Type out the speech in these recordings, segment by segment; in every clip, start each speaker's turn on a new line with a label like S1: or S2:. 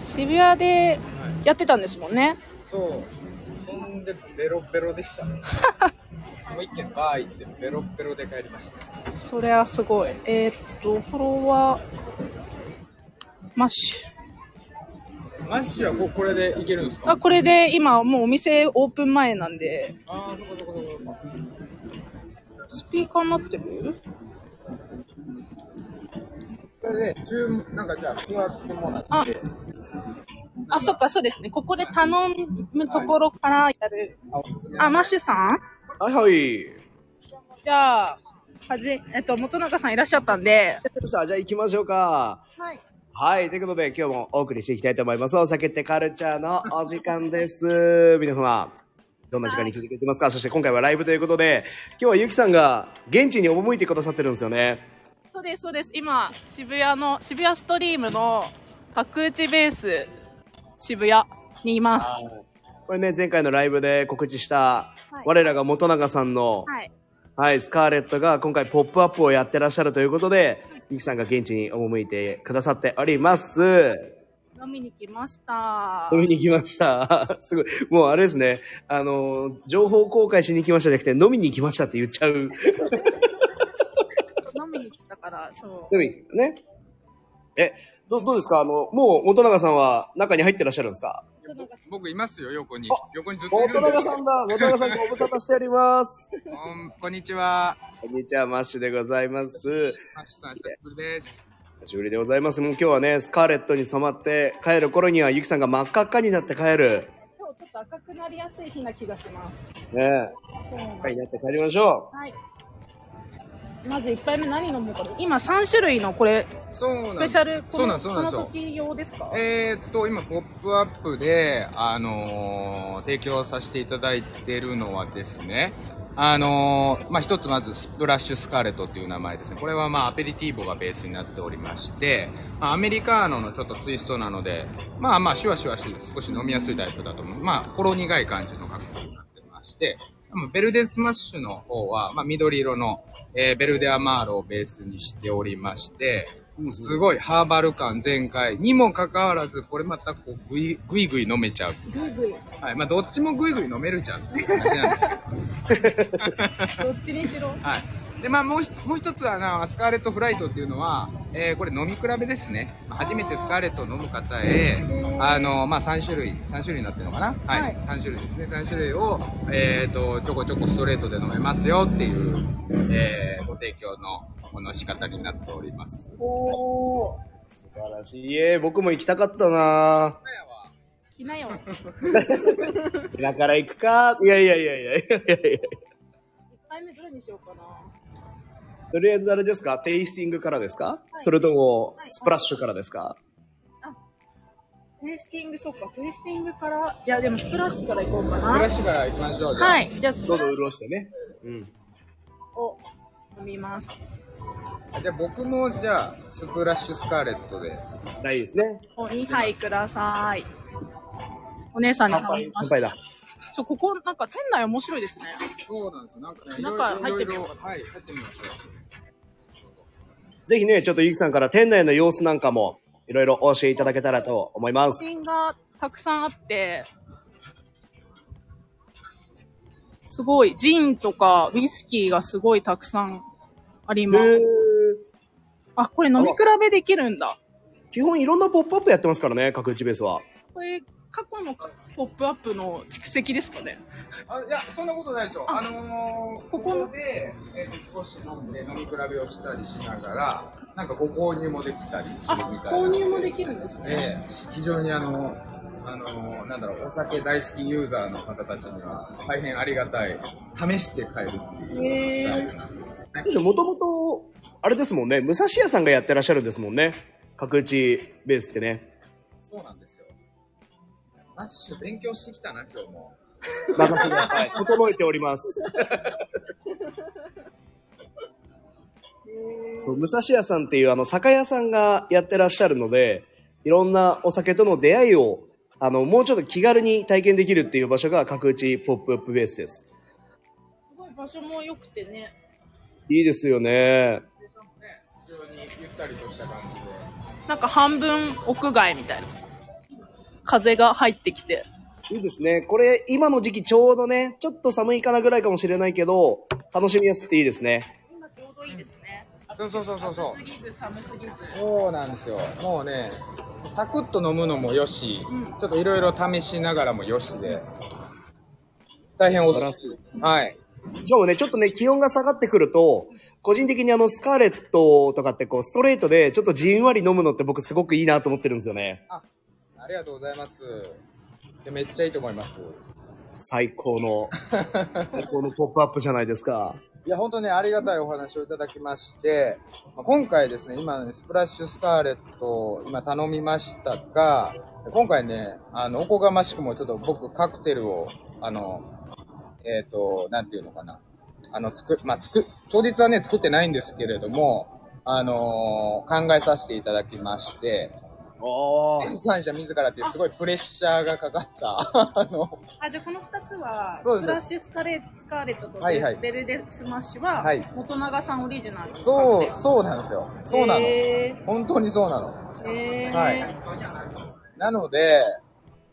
S1: 渋谷でやってたんですもんね
S2: そうそんでベロベロで したもう一軒バー行ってベロベロで帰りました
S1: それはすごいえーっとフォロワーマッシュ
S2: マッシュはここれでいけるんですか
S1: あこれで今もうお店オープン前なんで
S2: あーそこそこそこそこ
S1: スピーカーになってる
S2: それで注文なんかじゃあ座ってもらって
S1: あそっかそうですねここで頼むところからやる
S2: あおすすめ
S1: あマッシュさん
S3: はいはい。や
S1: じゃあはじえっと元中さんいらっしゃったんで
S3: ってましたじゃあ行きましょうか。
S1: はい
S3: はい。ということで、今日もお送りしていきたいと思います。お酒ってカルチャーのお時間 です。皆様、どんな時間に聞いてくれてますか、そして今回はライブということで、今日はゆきさんが現地に赴いてくださってるんですよね。
S1: そうですそうです今渋谷の渋谷ストリームの角打ちベース渋谷にいます
S3: これね、前回のライブで告知した、
S1: はい
S3: 我らが元永さんの、はい、
S1: はい
S3: スカーレットが今回ポップアップをやってらっしゃるということで、ゆきさんが現地に赴いてくださっております。
S1: 飲みに来ま した
S3: 飲みに来ました。 すごい。もうあれですね。あのー、情報公開しに来ましたじゃなくて、飲みに来ましたって言っち ゃう。
S1: 飲みに来たからそう
S3: 飲みに来たね。え、ど、どうですかあの、もう、元永さんは中に入ってらっしゃるんですか
S2: 僕いますよ横に横にずっとい
S3: 元
S2: るんで
S3: 永
S2: す
S3: さんだ元永さんご無沙汰しております。
S2: うんこんにちは
S3: こんにちは、マッシュでございます。
S2: マッシュさん久しぶりです
S3: 久しぶりでございます。もう今日はね、スカーレットに染まって帰る頃には、ゆきさんが真っ赤っかになって帰る。
S1: 今日ちょっと赤くなりやすい日な気がします
S3: ね
S1: そうなんで
S3: え、赤
S1: す
S3: になって帰りましょ
S1: はいまず1杯目何飲むかな今3種類のこれ
S2: そうなん
S1: スペシャルこ
S2: そうなん
S1: の
S2: ですそうな
S1: こ
S2: んです
S1: の
S2: よ
S1: 時用ですか
S2: えー、っと、今、ポップアップで、あのー提供させていただいてるのはですね、あのーまあ、一つまず、スプラッシュスカーレットっていう名前ですね。これは、まあ、アペリティーボがベースになっておりまして、まあ、アメリカーノのちょっとツイストなので、まあまあ、シュワシュワして、少し飲みやすいタイプだと思う。まあ、ほろ苦い感じのカクテルになってまして、ベルデスマッシュの方は、まあ、緑色の、えーベルデアマーロをベースにしておりまして、すごいハーバル感全開にもかかわらず、これまたこうぐいぐいぐい飲めちゃう。
S1: グイグイ
S2: はい。まあ、どっちもぐいぐい飲めるじゃんっていう話なんですけど。
S1: どっちに しろ
S2: はい。で、まあ、もうひもう一つはな、スカーレットフライトっていうのは、えーこれ飲み比べですね。まあ初めてスカーレットを飲む方へ、あの、まあ、3種類、3種類になってるのかなはい。
S1: はい
S2: 3種類ですね。3種類を、えっ、と、ちょこちょこストレートで飲めますよっていう、えーご提供の、この仕方になっております。
S1: おお
S3: う。素晴らしい。いえ、僕も行きたかったなぁ。
S1: ーきなよ
S3: だから行くか。いやいやいやいやいやいやい
S1: 1
S3: や。
S1: 杯目どれにしようかな
S3: とりあえずあれですかテイスティングからですか、
S1: い
S3: それとも
S1: はい
S3: スプラッシュからですか、
S1: テイスティングそっかテイスティングからいやでもスプラッシュからいこうか
S2: ブラ
S1: な
S2: ッシュから行きましょう。じゃあ
S1: はいじゃあスプラ
S3: どうぞ
S1: ッシ
S3: 潤してね。うん。
S1: ュを飲みます
S2: じゃあ僕もじゃあスプラッシュスカーレットで
S3: 大事ですね。
S1: お2杯くださいお姉さんに
S3: 乾
S1: 頼
S3: 杯
S1: み。ま
S3: 乾
S1: した
S3: 杯だ。
S1: そうここなんか店内面白いですね
S2: そうなんですよなんかね
S1: 中入って
S2: いろいろ
S1: みようか
S2: いろいろはい入ってみましょ
S3: ぜひね、ちょっとゆきさんから店内の様子なんかもいろいろお教えいただけたらと思います。
S1: 写真がたくさんあって、すごい、ジンとかウイスキーがすごいたくさんありま
S3: へー
S1: す。あ、これ飲み比べできるんだ。
S3: 基本いろんなポップアップやってますからね、各打ちベースは。
S1: これ、過去のかポップアップの蓄積ですかね。
S2: うあいやそんなことないですよあのー、
S1: こ
S2: こ
S1: この
S2: こで、えーと、少し飲んで飲み比べをしたりしながらなんかご購入もできたりするみたい
S1: あ
S2: な、
S1: 購入もできるんですね。
S2: で非常にあのあのーなんだろうお酒大好きユーザーの方たちには大変ありがたい試して帰るっていうスタイルになってますね
S3: もともと、あれですもんね、武蔵屋さんがやってらっしゃるんですもんね。各打ちベースってね。
S2: そうなんですよマッシュ勉強してきたな今日も
S3: 任せてください。 整えております。武蔵屋さんっていうあの酒屋さんがやってらっしゃるのでいろんなお酒との出会いをあのもうちょっと気軽に体験できるっていう場所が角打ちポップアップベースです
S1: すごい場所も良くてね。
S3: いいですよね
S2: でしかもね非常にゆったりとした感じで
S1: なんか半分屋外みたいな。風が入ってきて。
S3: いいですね。これ、今の時期ちょうどね、ちょっと寒いかなぐらいかもしれないけど、楽しみやすくていいですね。
S1: 今ちょうどいいですね。
S2: そうそうそうそうそう
S1: 暑すぎず寒すぎず。
S2: そうなんですよもうねサクッと飲むのもよし、
S1: うん
S2: ちょっといろいろ試しながらもよしで大変おとなしいはい
S3: しかもね、ちょっとね、気温が下がってくると、個人的にあの、スカーレットとかってこう、ストレートで、ちょっとじんわり飲むのって僕すごくいいなと思ってるんですよね。
S2: あありがとうございますでめっちゃいいと思います
S3: 最高の、最高のポップアップじゃないですか。
S2: いや本当ねありがたいお話をいただきましてまあ今回ですね今ねスプラッシュスカーレットを今頼みましたが今回ねあのおこがましくもちょっと僕カクテルをあのえっ、となんていうのかなあの、つく、まあ、つく、当日はね、作ってないんですけれども、あのー考えさせていただきまして、
S3: おー。
S2: 生産者自らっていうすごいプレッシャーがかかった、あ の、
S1: あ、じゃあこの2つは、
S2: そうで
S1: スプラ
S2: す
S1: ッシュスカレスカーレットと
S2: はいはい
S1: ベルデスマッシュは、
S2: はい
S1: 元永さんオリジナルのカクテ
S2: そう、
S1: ル
S2: そうなんですよ。そうなの。
S1: へ
S2: 本当にそうなの。
S1: ーへー
S2: はいなので、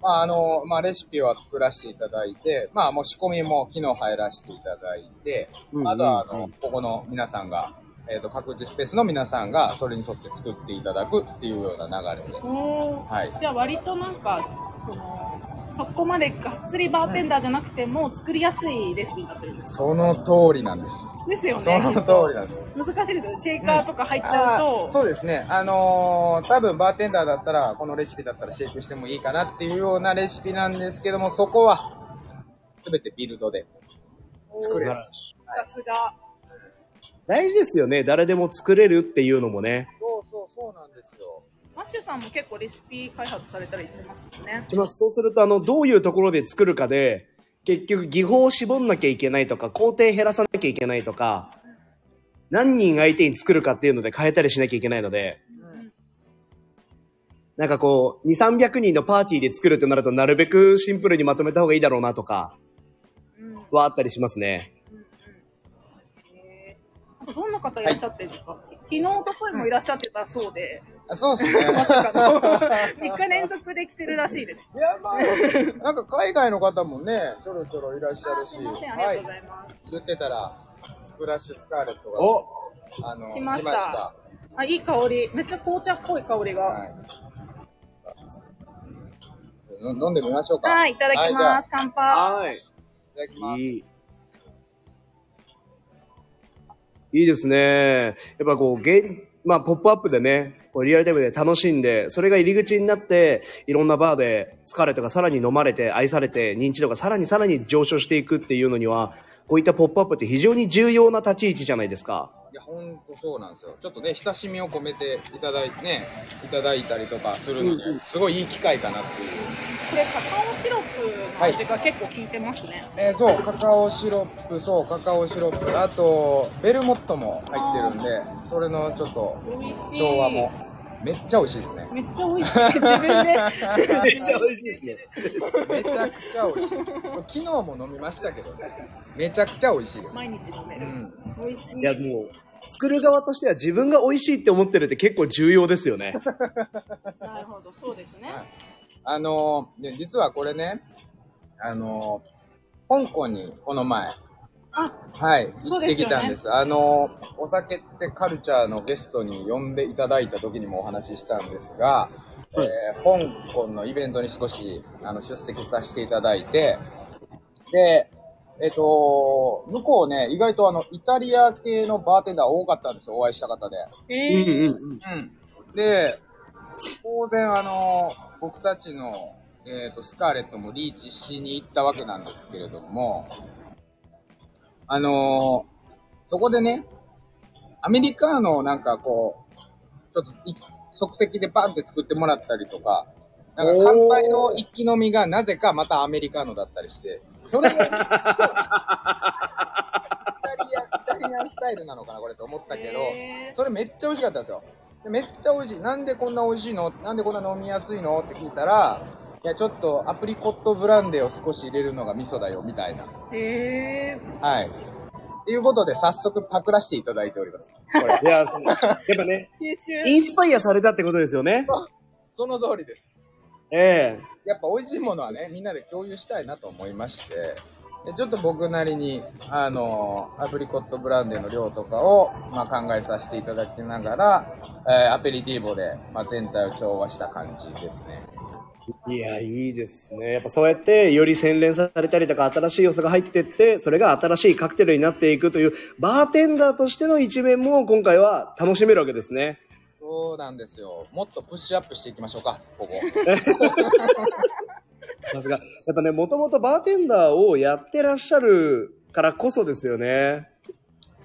S2: まあ、あの、まあ、レシピは作らせていただいて、まあ、もう仕込みも昨日入らせていただいて、
S3: うんうん
S2: あとは、あ
S3: う
S2: の
S3: ん、
S2: ここの皆さんが、えっ、と、各自スペースの皆さんが、それに沿って作っていただくっていうような流れで。
S1: おー
S2: はい
S1: じゃあ割となんかそのそこまでがっつりバーテンダーじゃなくても、作りやすいレシピになってるんです
S2: その通りなんです。
S1: ですよね
S2: その通りなんです。
S1: 難しいですよねシェイカーとか入っちゃうと、
S2: あーそうですね。あのー多分バーテンダーだったら、このレシピだったらシェイクしてもいいかなっていうようなレシピなんですけども、そこは、すべてビルドで作れる。
S1: さすが
S3: 大事ですよね。誰でも作れるっていうのもね。
S2: そうそう、そうなんですよ。
S1: マッシュさんも結構レシピ開発されたりしてますもんね
S3: します。そうすると、あの、どういうところで作るかで、結局、技法を絞んなきゃいけないとか、工程減らさなきゃいけないとか、何人相手に作るかっていうので変えたりしなきゃいけないので、
S2: うん
S3: なんかこう、2、300人のパーティーで作るってなると、なるべくシンプルにまとめた方がいいだろうなとか、
S1: うんうんうん
S3: はあったりしますね。
S1: へーあとどんな方いらっしゃってるんですか、き昨日とかもいらっしゃってたそうで、
S2: あそうです ね。
S1: まさかの3日連続で来てるらしいです。
S2: いや、まあ、なんか海外の方もね、ちょろちょろいらっしゃる
S1: あ
S2: し、
S1: すいません、ありがとうご
S2: は
S1: ざいます。
S2: い、言ってたら、スプラッシュスカーレットが、
S3: お
S2: あの、
S1: 来ました
S2: 来ました
S1: あ、いい香り。めっちゃ紅茶っぽい香りが。
S2: は。
S1: はい
S2: 飲んでみましょう
S1: い、
S2: か。
S1: い、ただき
S2: は
S1: ま
S2: い
S1: す。乾杯。
S3: はい。
S2: じゃあいただきます。
S3: いい。いいですね。やっぱこう、ゲンまあ、ポップアップでね、こうリアルタイムで楽しんで、それが入り口になって、いろんなバーで疲れとかさらに飲まれて、愛されて、認知度がさらにさらに上昇していくっていうのには、こういったポップアップって非常に重要な立ち位置じゃないですか。
S2: いや、ほんとそうなんですよ。ちょっとね、親しみを込めていただいてね、いただいたりとかするので、
S3: うんう
S2: すごいいい機会かなっていう。
S1: これ、カカオシロップの味が結構効いてますね。
S2: えーそう、カカオシロップ、そう、カカオシロップ、あと、ベルモットも入ってるんで、それのちょっと、
S1: 美味しい。
S2: 調和も。めっちゃ美味しいですね。
S1: めっちゃ美味しい。自分で。
S3: めっちゃ美味しいですね。
S2: めちゃくちゃ美味しい。昨日も飲みましたけどね。めちゃくちゃ美味しいです。
S1: 毎日飲め
S2: う
S1: る。
S2: ん。
S1: 美味しい。
S3: いや、もう、作る側としては自分が美味しいって思ってるって結構重要ですよね。
S1: なるほど、そうですね。
S2: はいあのー、で実はこれね、あのー、香港にこの前、
S1: あ、
S2: はい、行
S1: そう
S2: っ
S1: ですよね
S2: てきたんです。あのー、お酒ってカルチャーのゲストに呼んでいただいた時にもお話ししたんですが、
S3: はい
S2: えー香港のイベントに少しあの出席させていただいて、で、えっ、と向こうね、意外とあの、イタリア系のバーテンダー多かったんですよ、お会いした方で。
S1: え
S3: うん
S1: ー
S3: うんうん。。
S2: うん、で当然あの僕たちの、えー、とスカーレットもリーチしに行ったわけなんですけれどもあのそこでねアメリカのなんかこうちょっとい即席でバンって作ってもらったりとかなんか乾杯の一気飲みがなぜかまたアメリカのだったりしてそれがイタリアイタリアンスタイルなのかなこれと思ったけど。
S1: へー
S2: それめっちゃ美味しかったんですよ。でめっちゃ美味しい。なんでこんな美味しいのなんでこんな飲みやすいのって聞いたら、いや、ちょっとアプリコットブランデーを少し入れるのが味噌だよ、みたいな。
S1: へ
S2: はい。っていうことで、早速パクらせていただいております。これ
S3: いや、そうやっぱね、
S1: ー吸収。
S3: インスパイアされたってことですよね。
S2: その通りです。
S3: ええ
S2: やっぱ美味しいものはね、みんなで共有したいなと思いまして、でちょっと僕なりに、あの、アプリコットブランデーの量とかを、まあ、考えさせていただきながら、えーアペリティーボで、まあ、全体を調和した感じですね。
S3: いや、いいですね。やっぱそうやって、より洗練されたりとか、新しい要素が入ってって、それが新しいカクテルになっていくという、バーテンダーとしての一面も今回は楽しめるわけですね。
S2: そうなんですよ。もっとプッシュアップしていきましょうか、こ こ。
S3: さすが。やっぱね、もともとバーテンダーをやってらっしゃるからこそですよね。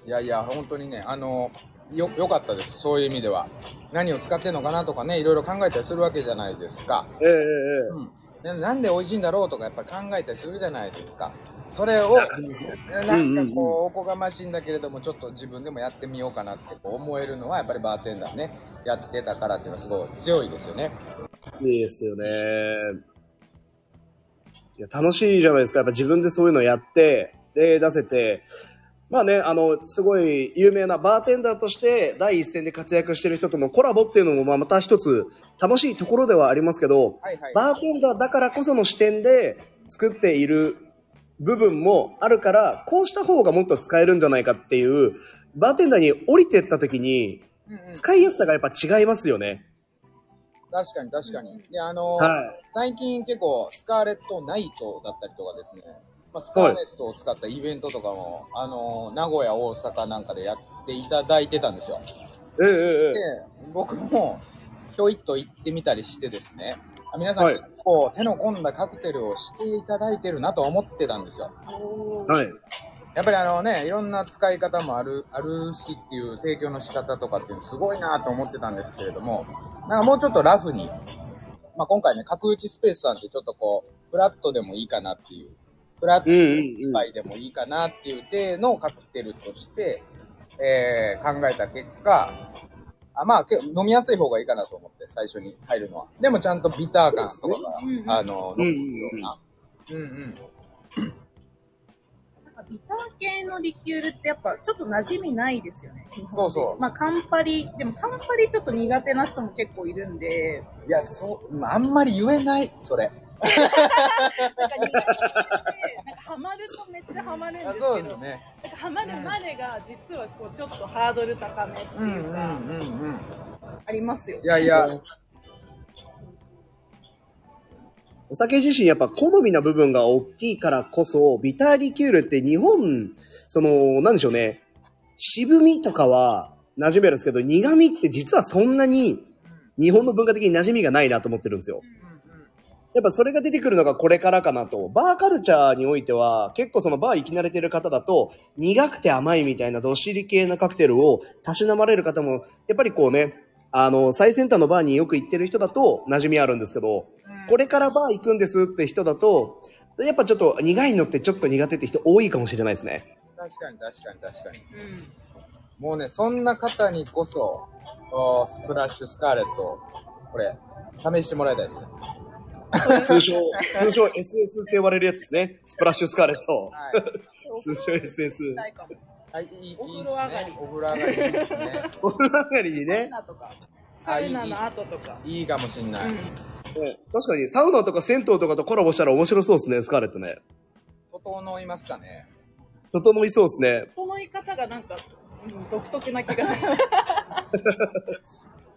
S2: いやいや、本当にね、あの、よ、良かったです。そういう意味では。何を使ってんのかなとかね、いろいろ考えたりするわけじゃないですか。
S3: ええええええ
S2: うん。ななんで美味しいんだろうとかやっぱり考えたりするじゃないですか。それを、なんかこう、おこがましいんだけれども、ちょっと自分でもやってみようかなってこう思えるのは、やっぱりバーテンダーね、やってたからっていうのはすごい強いですよね。
S3: いいですよね。いや、楽しいじゃないですか。やっぱ自分でそういうのやって、で、出せて。まあね、あの、すごい有名なバーテンダーとして第一線で活躍してる人とのコラボっていうのも、まあまた一つ楽しいところではありますけど、
S2: はいはい。
S3: バーテンダーだからこその視点で作っている部分もあるから、こうした方がもっと使えるんじゃないかっていう、バーテンダーに降りてった時に、
S2: うんうん、確
S3: 使いやすさがやっぱ違いますよね。
S2: かに確かに。で、あの、
S3: はい。
S2: 最近結構スカーレットナイトだったりとかですね、まあ、スカーレットを使ったイベントとかも、あの名古屋大阪なんかでやっていただいてたんですよ
S3: ええええ
S2: で僕もひょいっと行ってみたりしてですねあ皆さん
S3: はい
S2: 結構手の込んだカクテルをしていただいてるなと思ってたんですよ
S3: ええ。はい。
S2: やっぱりあのねいろんな使い方もあるあるしっていう提供の仕方とかっていうのすごいなと思ってたんですけれどもなんかもうちょっとラフに、まあ、今回ね角打ちスペースさんってちょっとこうフラットでもいいかなっていうフラット
S3: うんうんうん
S2: 一。杯でもいいかなっていう体のカクテルとして、えー考えた結果、あまあ、け飲みやすい方がいいかなと思って、最初に入るのは。でもちゃんとビター感とかが、
S4: そうですね
S2: あの、
S3: う
S2: 残
S3: んうん
S2: るような。うんうん。
S1: なんかビター系のリキュールってやっぱちょっと馴染みないですよね。日本人
S2: そうそう
S1: まあカンパリ、でもカンパリちょっと苦手な人も結構いるんで、
S2: いや、そう、まああんまり言えない、そ
S4: な
S2: れ。
S4: んか苦手で、なんかハマるとめっちゃハマるん
S2: あ
S4: です
S2: そう
S4: け
S2: で
S4: ど、
S2: すね。
S4: なんかハマるまでが実はこうちょっとハードル高めって
S2: うんうん
S4: いううか、
S2: んうん。
S4: ありますよね
S2: い。やいや、
S3: お酒自身やっぱ好みな部分が大きいからこそ、ビターリキュールって日本、その、なんでしょうね。渋みとかは馴染めるんですけど、苦味って実はそんなに日本の文化的に馴染みがないなと思ってるんですよ。やっぱそれが出てくるのがこれからかなと。バーカルチャーにおいては、結構そのバー行き慣れてる方だと、苦くて甘いみたいなどっしり系なカクテルをたしなまれる方も、やっぱりこうね、あの、最先端のバーによく行ってる人だと馴染みあるんですけど、これからバー行くんですって人だと、やっぱちょっと苦いのってちょっと苦手って人多いかもしれないですね。
S2: 確かに確かに確かに。
S4: うん
S2: もうね、そんな方にこそ、あースプラッシュスカーレット、これ、試してもらいたいですね。
S3: 通称、通称 SS って呼ばれるやつですね。スプラッシュスカーレット。
S2: はい。
S3: 通称 SS。
S4: ないかも。
S2: はい、いい、
S4: お
S2: い
S4: 風
S2: いっ
S4: 呂
S2: す
S4: 上が
S2: ね
S4: り。
S2: お風呂上がりいいです ね。
S3: お風呂上がりに
S4: サウ
S3: ね。
S4: ナとか、
S2: あ
S4: サ
S2: いい
S4: ウナの後とか。
S2: いいかもしんない。
S3: ね確かにサウナとか銭湯とかとコラボしたら面白そうですね、スカーレットね。
S2: 整いますかね。
S3: 整いそうですね。
S4: 整い方がなんか、うん独特な気がする。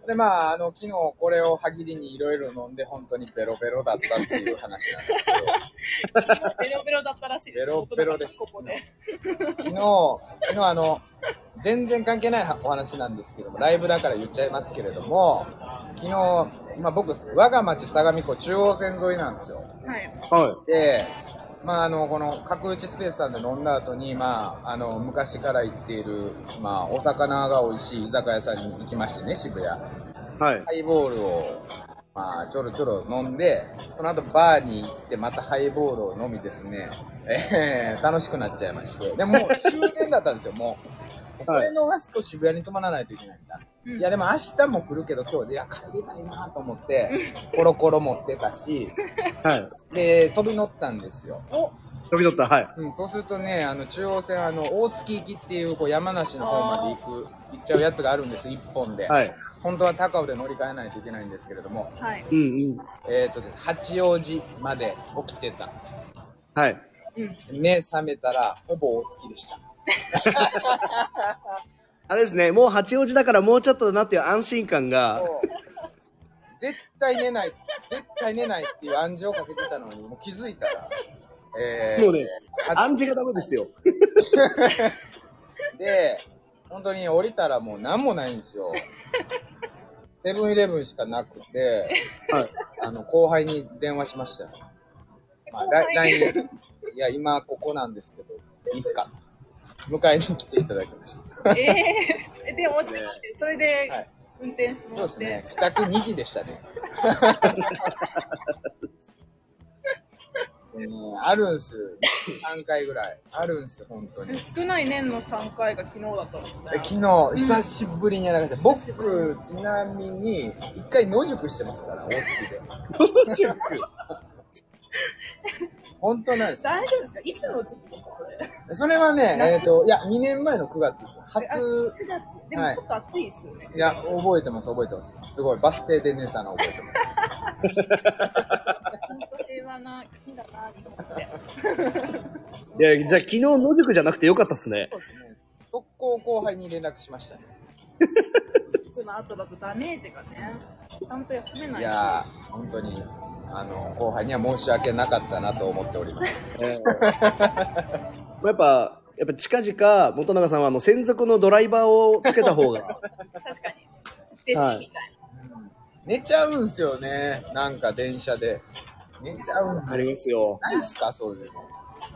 S2: で、まあ、あの、昨日これを歯切りにいろいろ飲んで、本当にベロベロだったっていう話なんです
S4: ベロベロだったらしいです。
S2: ベロベロでした
S4: ここで。
S2: けど、昨日、昨日あの、全然関係ないお話なんですけども、ライブだから言っちゃいますけれども、昨日、まあ僕、我が町相模湖中央線沿いなんですよ。
S4: はい。
S3: は
S2: で、まあ、あのこの角打ちスペースさんで飲んだ後に、まあ、あの昔から行っている、まあ、お魚が美味しい居酒屋さんに行きましてね渋谷ハ
S3: い。はい。
S2: イボールを、まあ、ちょろちょろ飲んでその後バーに行ってまたハイボールを飲みですね、えー楽しくなっちゃいましてでもう終電だったんですよもう。こ
S3: はい
S2: れ逃すと渋谷に泊まらないといけないみたいな。いやでも明日も来るけど今日でいや帰りたいなと思ってコロコロ持ってたし
S3: はい。
S2: で飛び乗ったんですよ。
S3: 飛び取った。はい。
S2: うん、そうするとね、あの中央線、あの大月行きっていうこう山梨の方まで行く行っちゃうやつがあるんです、一本で。
S3: はい。
S2: 本当は高尾で乗り換えないといけないんですけれども、
S4: はい。
S3: うんうん。
S2: えーとです八王子まで起きてた。
S3: はい。
S4: うん。
S2: 目覚めたら、ほぼお月でした。
S3: あれですね、もう八王子だからもうちょっとだなっていう安心感が、
S2: 絶対寝ない、絶対寝ないっていう暗示をかけてたのに、もう気づいたら、えー
S3: もうね、
S2: 八
S3: 暗示がダメですよ。
S2: で、本当に降りたらもう何もないんですよ。セブンイレブンしかなくて、
S3: はい。
S2: あの、後輩に電話しましたよ。まあ、
S1: 後
S2: ラ
S1: 輩
S2: イ LINE、いや、今ここなんですけど、いいっすかって迎えに来ていただきました。
S4: ええ
S1: えでも、
S2: そうですね
S1: それで
S2: はい。
S1: 運転しても
S2: そう
S1: ら
S2: で
S1: って。
S2: すね。帰宅2時でした ね。でねあるんす。3回ぐらい。あるんす、本当に。
S4: 少ない年の3回が昨日だったんですね
S2: え。昨日、久しぶりにやらかした。僕、ちなみに、一回野宿してますから、大月で。
S3: 野宿
S2: 本当なんですよ。
S1: 大丈夫ですかいつの時期ですかそれ。
S2: それはね、
S1: 夏
S2: えっ、と、いや、2年前の9月です。初、
S1: 9月。でもちょっと暑いですよね。
S2: いや、覚えてます、覚えてます。すごい、バス停で寝たの覚えてます。
S1: 本当平和な国だな、日本って。
S3: いや、じゃあ昨日野宿じゃなくてよかったっすね。
S2: そうですね。速攻後輩に連絡しましたね。
S1: その後だとダメージがね、ちゃんと休めない
S2: い
S1: し。
S2: やー、本当に、あの、後輩には申し訳なかったなと思っております。
S3: えーやっぱ、やっぱ近々、元永さんはあの専属のドライバーをつけた方が。
S1: 確かに。弟
S3: はい
S1: 子みたい
S2: 寝ちゃうんすよね、なんか電車で。寝ちゃうん
S3: ありますよ。
S2: ないっすか、そういうの。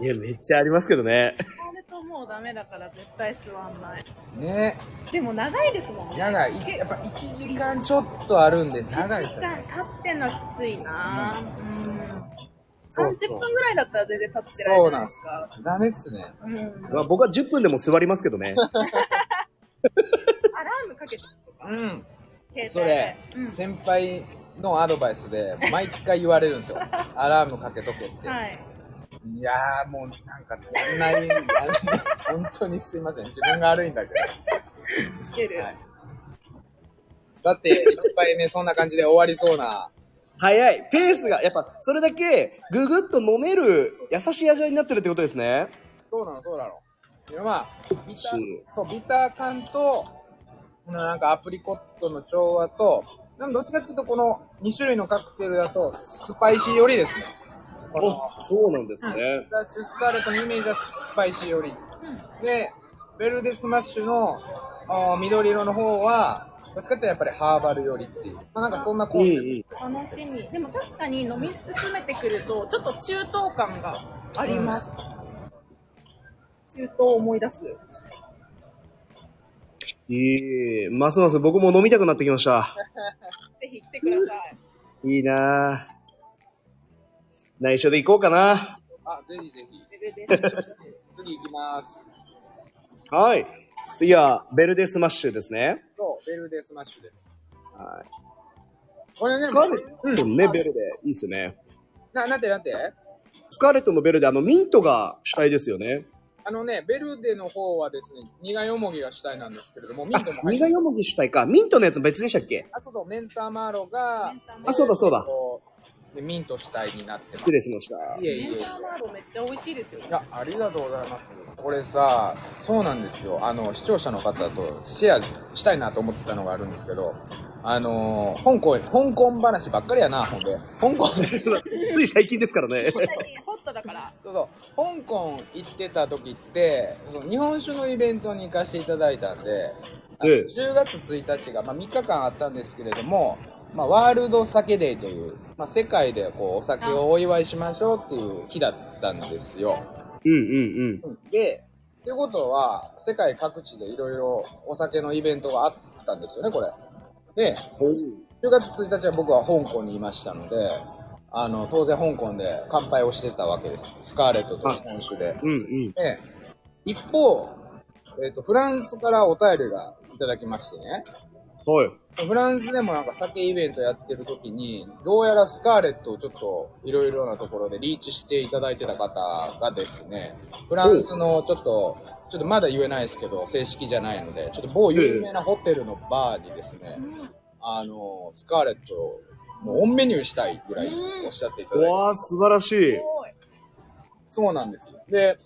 S3: いや、めっちゃありますけどね。
S1: な。それともうダメだから絶対座んない。
S2: ね
S1: でも長いですもんね。
S2: 長い。一やっぱ1時間ちょっとあるんで、長いです
S1: 時
S2: よ
S1: 間
S2: ね。
S1: 立ってんのはきついなうん。
S2: そう
S1: 30
S2: そう
S1: 分。ぐらいだったら全然立ってられるじゃないですか。
S2: ダメっすね。
S1: うん。
S3: まあ、僕は10分でも座りますけどね。
S1: アラームかけて
S2: うん。
S1: 携帯で
S2: それ、
S1: うん
S2: 先輩のアドバイスで、毎回言われるん ですよ。アラームかけとけって。
S1: はい。
S2: いやーもうなんかやんない、やんない本当にすいません。自分が悪いんだけど。
S1: つける。
S2: はいだって、いっぱいね、そんな感じで終わりそうな。
S3: 早い。ペースが、やっぱ、それだけ、ぐぐっと飲める、優しい味わいになってるってことですね。
S2: そうなの、そうなの。いやまあ、ビタ
S3: そう
S2: ー、そう、ビター感と、このなんかアプリコットの調和と、なんどっちかっていうとこの2種類のカクテルだと、スパイシーよりですね。この
S3: あ、そうなんですね
S2: フ。ラッシュスカーレットのイメージはススパイシーより。で、ベルデスマッシュのあー緑色の方は、どっちかっていうとやっぱりハーバルよりっていう。まあ、なんかそんなコンセプトで
S1: 楽
S2: す。
S1: しみ。でも確かに飲み進めてくると、ちょっと中東感があります。中東を思い出す。
S3: いい。ますます僕も飲みたくなってきました。
S1: ぜひ来てください。
S3: いいなぁ。内緒で行こうかな。
S2: あ、ぜひぜひ。
S1: レベルです
S2: 次行きます。
S3: はい。次は、ベルデスマッシュですね。
S2: そう、ベルデスマッシュです。
S3: は
S2: これ
S3: い。
S2: ね、
S3: スカーレット
S2: う
S3: の
S2: ん、
S3: ね、
S2: あ
S3: ベルで、いいですよね。
S2: な、なんてなんて
S3: スカーレットのベルで、あの、ミントが主体ですよね。
S2: あのね、ベルデの方はですね、苦いもぎが主体なんですけれども、ミン
S3: あ
S2: トも、入って
S3: 苦よもぎ主体か。ミントのやつ別でしたっけ
S2: あ、そうそう、メンターマーロが、
S3: あ、そうだそうだ。
S2: こうでミント主体になってます。
S3: 失礼しました。
S2: いえ いえ
S1: メ
S2: いえ。
S1: ン
S2: い
S1: ターマーロめっちゃ美味しいですよね。
S2: や、ありがとうございます。これさ、そうなんですよ。あの、視聴者の方とシェアしたいなと思ってたのがあるんですけど、あのー、香港、香港話ばっかりやな、ほんで。香港、
S3: つい最近ですからね。
S1: 最近ホットだから。
S2: そうそう香港行ってた時ってその日本酒のイベントに行かせていただいたんで、あの
S3: ええ
S2: 10月1日が、まあ、3日間あったんですけれども、まあ、ワールド酒デーという、まあ、世界でこうお酒をお祝いしましょうっていう日だったんですよ。
S3: うんうん
S2: うん、でっていうことは世界各地でいろいろお酒のイベントがあったんですよねこれ。で
S3: うん。
S2: 10月1日は僕は香港にいましたのであの当然香港で乾杯をしてたわけですスカーレットと日本酒で。
S3: うんうん。
S2: で、一方、えっ、と、フランスからお便りがいただきましてね、
S3: はい。
S2: フランスでもなんか酒イベントやってる時に、どうやらスカーレットをちょっといろいろなところでリーチしていただいてた方がですね、フランスのちょっと、ちょっとまだ言えないですけど、正式じゃないので、ちょっと某有名なホテルのバーにですね、あの、スカーレット、もうオンメニューしたいぐらいおっしゃっていた
S3: う
S2: だいて。
S3: わあ、素晴らしい。
S2: そうなんですよ。で、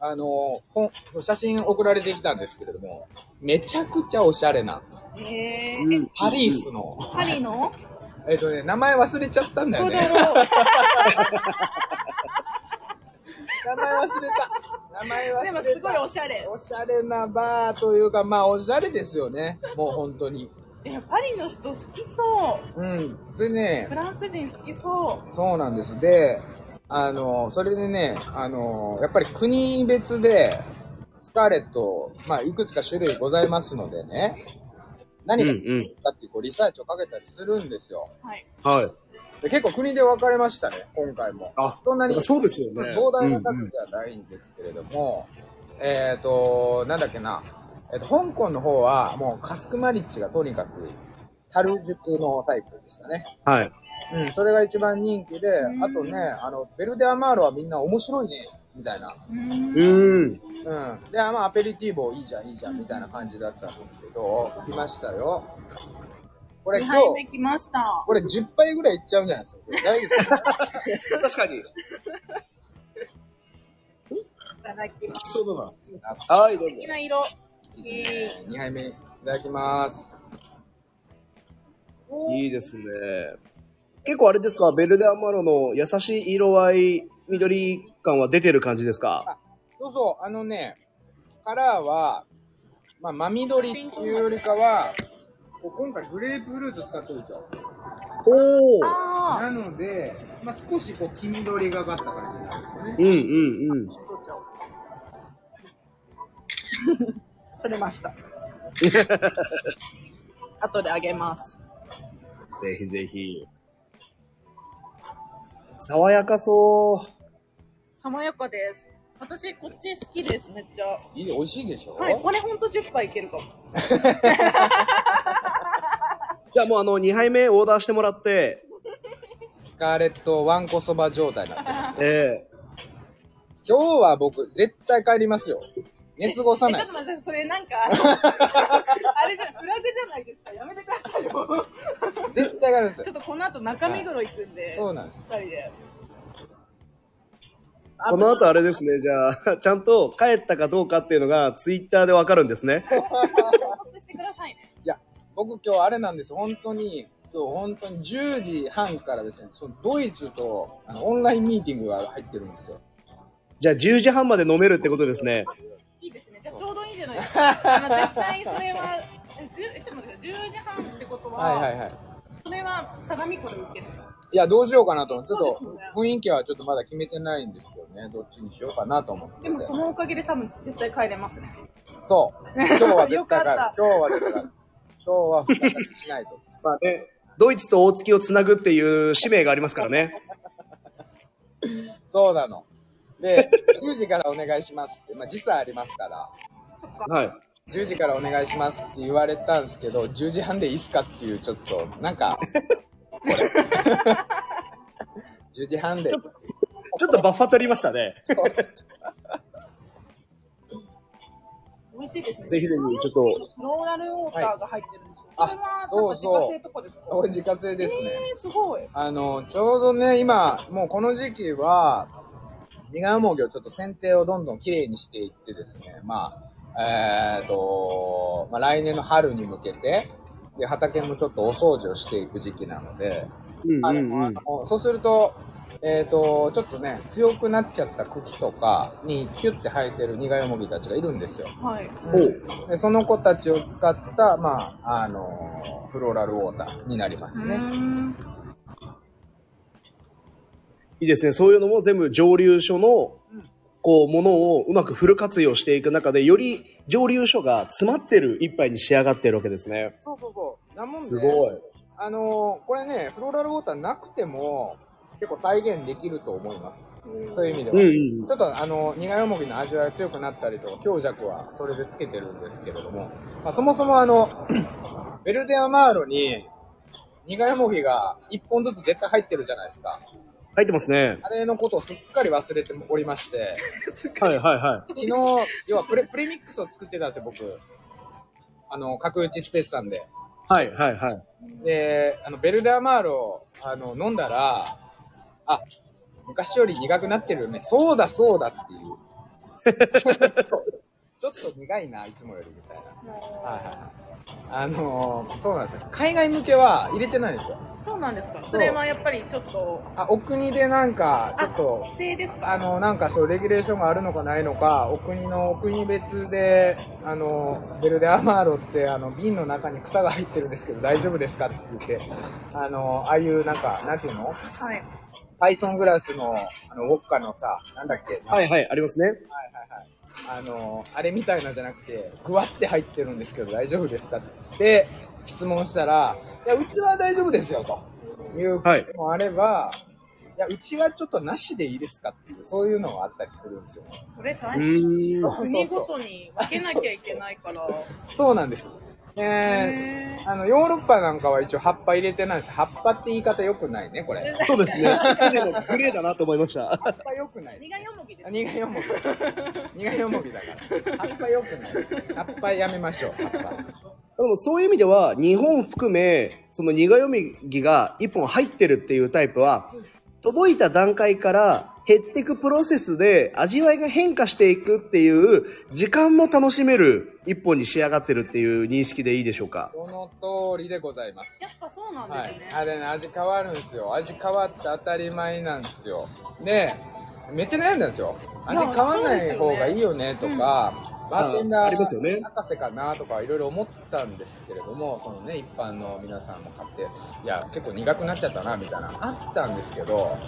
S2: あの、本写真送られてきたんですけれども、めちゃくちゃおしゃれな、
S1: へえ
S3: うん
S2: パリースの、
S1: パリの
S2: えっとね、名前忘れちゃったんだよ
S1: そう
S2: ね。
S1: だろう。
S2: 名前忘れた。名前忘れた。
S1: でもすごいおしゃれ。
S2: おしゃれなバーというか、まあ、おしゃれですよね。もう本当に。
S1: えパリの人好きそう。
S2: うん。でね
S1: フ、ランス人好きそ
S2: そうなんです。で、あの、それでね、あの、やっぱり国別で、スカーレット、まあ、いくつか種類ございますのでね、何が好きですかっていうこうリサーチをかけたりするんですよ。
S1: う。はい。
S3: はい。
S2: で結構国で分かれましたね、今回も。
S3: あ、
S2: そんな
S3: やっ
S2: に
S3: ぱそうですよね。
S2: 膨大な数じゃないんですけれども、えっ、と、なんだっけな、えーと、香港の方はもうカスクマリッチがとにかく樽熟のタイプでしたね。
S3: うんはい。
S2: うん、それが一番人気で、
S1: ん
S2: あとね、あの、ベルデアマーロはみんな面白いね、みたいな。
S1: うーん。
S3: うん。
S2: うん。で、あまあ、アペリティーボいいじゃん、いいじゃん、みたいな感じだったんですけど、来ましたよ。これ
S1: 二
S2: 今
S1: 杯目
S2: 日、
S1: 来ました。
S2: これ10杯ぐらいいっちゃうんじゃないですか。大丈夫ですか
S3: 確かに。
S1: いただきます。
S3: そうだな。
S2: あ
S3: はい、どう
S1: 好
S3: も
S1: き。な色。
S2: いいですね。2杯目、いただきます。
S1: おー
S3: いいですね。結構あれですか、ベルデアマロの優しい色合い、緑感は出てる感じですか
S2: そうそう、あのね、カラーは、まあ、真緑っていうよりかは、こう今回グレープフルーツ使ってるんですよ。
S3: おお
S1: あ
S2: なので、まあ、少しこう黄緑がかった感じになるんです
S3: う
S2: よね。
S3: んうんうん。
S1: あ、 取れました。後であげます。
S3: ぜひぜひ。爽やかそ
S1: 爽やかです。私、こっち好きです、めっちゃ。
S2: いい美味しいでしょ、
S1: はい、これほんと10杯いけるかも。
S3: う。じゃあもうあの、2杯目オーダーしてもらって、
S2: スカーレットワンコそば状態になってます。
S3: え
S2: 今日は僕、絶対帰りますよ。寝過ごさ
S1: え
S2: ない
S1: ちょ
S2: で
S1: っ
S2: す
S1: と。待って、それなんか、あれじゃん、フラグじゃないですか。やめてくださいよ。
S2: 絶対帰ります
S1: ちょっ。とこの後中目黒行くんで、
S2: そうなんです。
S1: 二人で。
S3: この後あれですね、じゃあ、ちゃんと帰ったかどうかっていうのが、ツイッターでわかるんですね。
S1: 報告してくださいね。
S2: 僕今日あれなんです。本当に、今日本当に10時半からですね、そのドイツとあのオンラインミーティングが入ってるんですよ。
S3: じゃあ10時半まで飲めるってことですね。
S1: いいですね。じゃあちょうどいいじゃないですか。あの絶対それは、えじゅえちょっと待って、10時半ってことは、
S2: はいはいはい。
S1: それは相模湖で受ける。
S2: いや、どうしようかなと思って、ちょっ
S1: そうです
S2: と、雰囲気はちょっとまだ決めてないんですけどね、どっちにしようかなと思ってて。
S1: でもそのおかげで多分絶対帰れますね。
S2: そう。今日は 絶
S1: よか
S2: 対
S1: っ
S2: 帰る
S1: た。
S2: 今日は絶対帰る。今日は再びしないぞ。
S3: まあね、ドイツと大月をつなぐっていう使命がありますからね。
S2: そうなの。で、10時 からお願いしますって、まあ時差ありますから、
S1: そっか。
S3: はい。
S2: 10時からお願いしますって言われたんですけど、10時半でいいっすかっていう、ちょっと、なんか、これ。10時半で。
S3: ちょっとバッファ取りましたね。
S1: 美味しいですね。
S3: ぜひぜひちょっと
S1: ローラルウォーターが入ってるんですよ。
S2: はい
S1: これは
S2: あそうそう
S1: なんか自家製とかですか
S2: これ自家製ですね。
S1: えー、すごい。
S2: あの、ちょうどね、今、もうこの時期は、ニガウモギをちょっと剪定をどんどん綺麗にしていってですね、まあ、えっ、と、まあ、来年の春に向けて、で、畑もちょっとお掃除をしていく時期なので、
S3: うん
S2: あのあのそうすると、えっ、と、ちょっとね、強くなっちゃった茎とかにピュッて生えてるニガウモギたちがいるんですよ。
S1: はい。
S2: うんでその子たちを使った、まあ、あの、フローラルウォーターになりますね。
S1: うーん
S3: いいですね。そういうのも全部蒸留所の、こう、ものをうまくフル活用していく中で、より蒸留所が詰まってる一杯に仕上がってるわけですね。
S2: そうそうそう。なもんで、
S3: すごい。
S2: あのーこれね、フローラルウォーターなくても、結構再現できると思います。そういう意味では。
S3: うんうん
S2: ちょっとあの、苦いもぎの味わいが強くなったりとか、強弱はそれでつけてるんですけれども、まあ、そもそもあの、 ベルデアマーロに、苦いもぎが1本ずつ絶対入ってるじゃないですか。
S3: 入ってますね。
S2: あれのことをすっかり忘れておりまして、
S3: はいはいは
S2: 昨日、要はプレプレミックスを作ってたんですよ、僕。あの、角打ちスペースさんで。
S3: い。はいはいはい。
S2: で、あの、ベルダーマールを、あの、飲んだら、あ、昔より苦くなってるよね。そうだそうだっていう。 ちょっと苦いな、いつもよりみたいな。はいはいはい。あのーそうなんですよ。海外向けは入れてないんですよ。
S1: そうなんですか。それはやっぱりちょっと、
S2: あ、お国でなんか、ちょっと、
S1: 規制ですか
S2: あの、なんかそう、レギュレーションがあるのかないのか、お国の、お国別で、あの、ベルデアマーロって、あの、瓶の中に草が入ってるんですけど、大丈夫ですかって言って、あの、ああいう、なんか、なんていうの
S1: はい。
S2: パイソングラスの、あの、ウォッカのさ、なんだっけ、
S3: はいはい、ありますね。
S2: はいはいはい。あの、あれみたいなんじゃなくて、ぐわって入ってるんですけど大丈夫ですかって質問したら、いや、うちは大丈夫ですよ、という
S3: はい
S2: こともあれば、い、や、うちはちょっとなしでいいですかっていう、そういうのがあったりするんですよね。
S1: それ
S3: う
S1: 大変。
S3: ーん。
S2: そうそう
S1: 国
S2: そ
S1: ご
S2: う
S1: とに分けなきゃいけないから。
S2: そうなんです。え
S1: へ
S2: ー、あの、ヨーロッパなんかは一応葉っぱ入れてないです。葉っぱって言い方良くないね、これ。
S3: そうですね。一年のグレーだなと思いました。
S2: 葉っぱ良くない
S1: ー
S2: です
S1: 苦よもぎです。
S2: 苦い よもぎ苦いよもぎだから。葉っぱ良くないです。葉っぱやめましょう、葉っぱ。
S3: でもそういう意味では日本含めその苦読みぎが1本入ってるっていうタイプは届いた段階から減っていくプロセスで味わいが変化していくっていう時間も楽しめる1本に仕上がってるっていう認識でいいでしょうか
S2: その通りでございます。
S1: やっぱそうなん
S2: は
S1: です
S2: い
S1: ね。。
S2: あれね、味変わるんですよ。味変わって当たり前なんですよ。で、めっちゃ悩んだんですよ。
S1: い
S2: 味
S1: や
S2: 変わんな
S1: そうですよ
S2: い
S1: ね
S2: 方がいいよねとか、バーテン
S3: あ
S2: ダ
S3: ありますよ
S2: ー
S3: ね
S2: 博士かなとかいろいろ思ったんですけれども、そのね、一般の皆さんも買って、いや、結構苦くなっちゃったなみたいな、あったんですけど、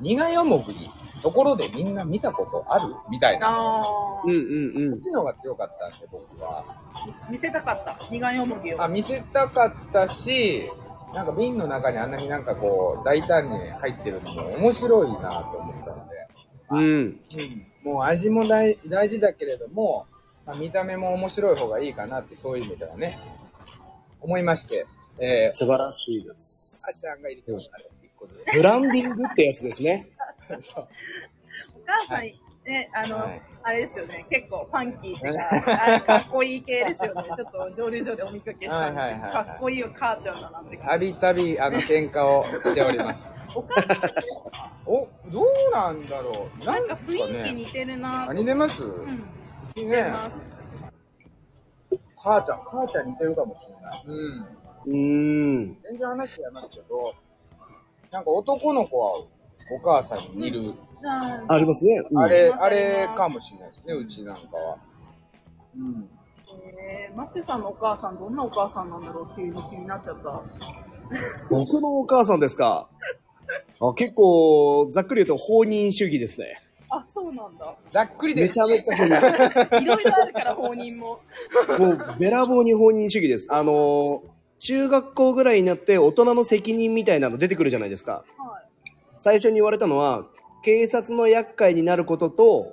S2: 苦よもぎ、ところでみんな見たことあるみたいな。
S1: あ
S3: うんうんう
S2: こっちの方が強かったんで、僕は。
S1: あ、見見せたかった。苦よもぎを。
S2: あ見せたかったしなんか瓶の中にあんなになんかこう大胆に入ってるのも面白いなと思ったの
S3: うん
S2: で、もう味も大大事だけれども、まあ見た目も面白い方がいいかなってそういう意味ではね思いまして、えー、
S3: 素晴らしいです
S2: あーちゃんが入れてましたね一個ずつ
S3: ブランディングってやつですね
S2: そう
S1: お母さん、ね、あの、
S2: はい
S1: あれですよね。結構ファンキーっていうか、あれかっこいい系です よね。ちょっと上流所でお見かけしたんですけ
S2: はいは
S1: ど、
S2: いはいはい
S1: かっこいいお母ちゃんだなって。
S2: たびたびあの喧嘩をしております
S1: お母さん
S2: おどうなんだろう
S1: なんか
S2: ですか
S1: 雰囲気
S2: ね
S1: 似てるな
S2: あ。似てます、
S1: うん。
S2: ね
S1: ます
S2: 母ちゃん母ちゃん似てるかもしれないうん
S3: うーん
S2: 全然話やますけど、なんか男の子はお母さんに似る、
S1: あー
S3: ありますね、うん
S2: あれ、
S1: うん
S2: あれかもしれないですね、うちなんかは。うん。
S1: えー、マッシュさんのお母さん、どんなお母さんなんだろう急に気になっちゃった。
S3: 僕のお母さんですかあ結構ざっくり言うと放任主義ですね
S1: あ、そうなんだ。
S2: ざっくりで
S3: め
S2: す
S3: ちゃめちゃ放任
S1: いろいろあるから、放任も。
S3: もう、べらぼうに放任主義です。あのー中学校ぐらいになって大人の責任みたいなの出てくるじゃないですか。
S1: は
S3: 最初に言われたのは、警察の厄介になることと、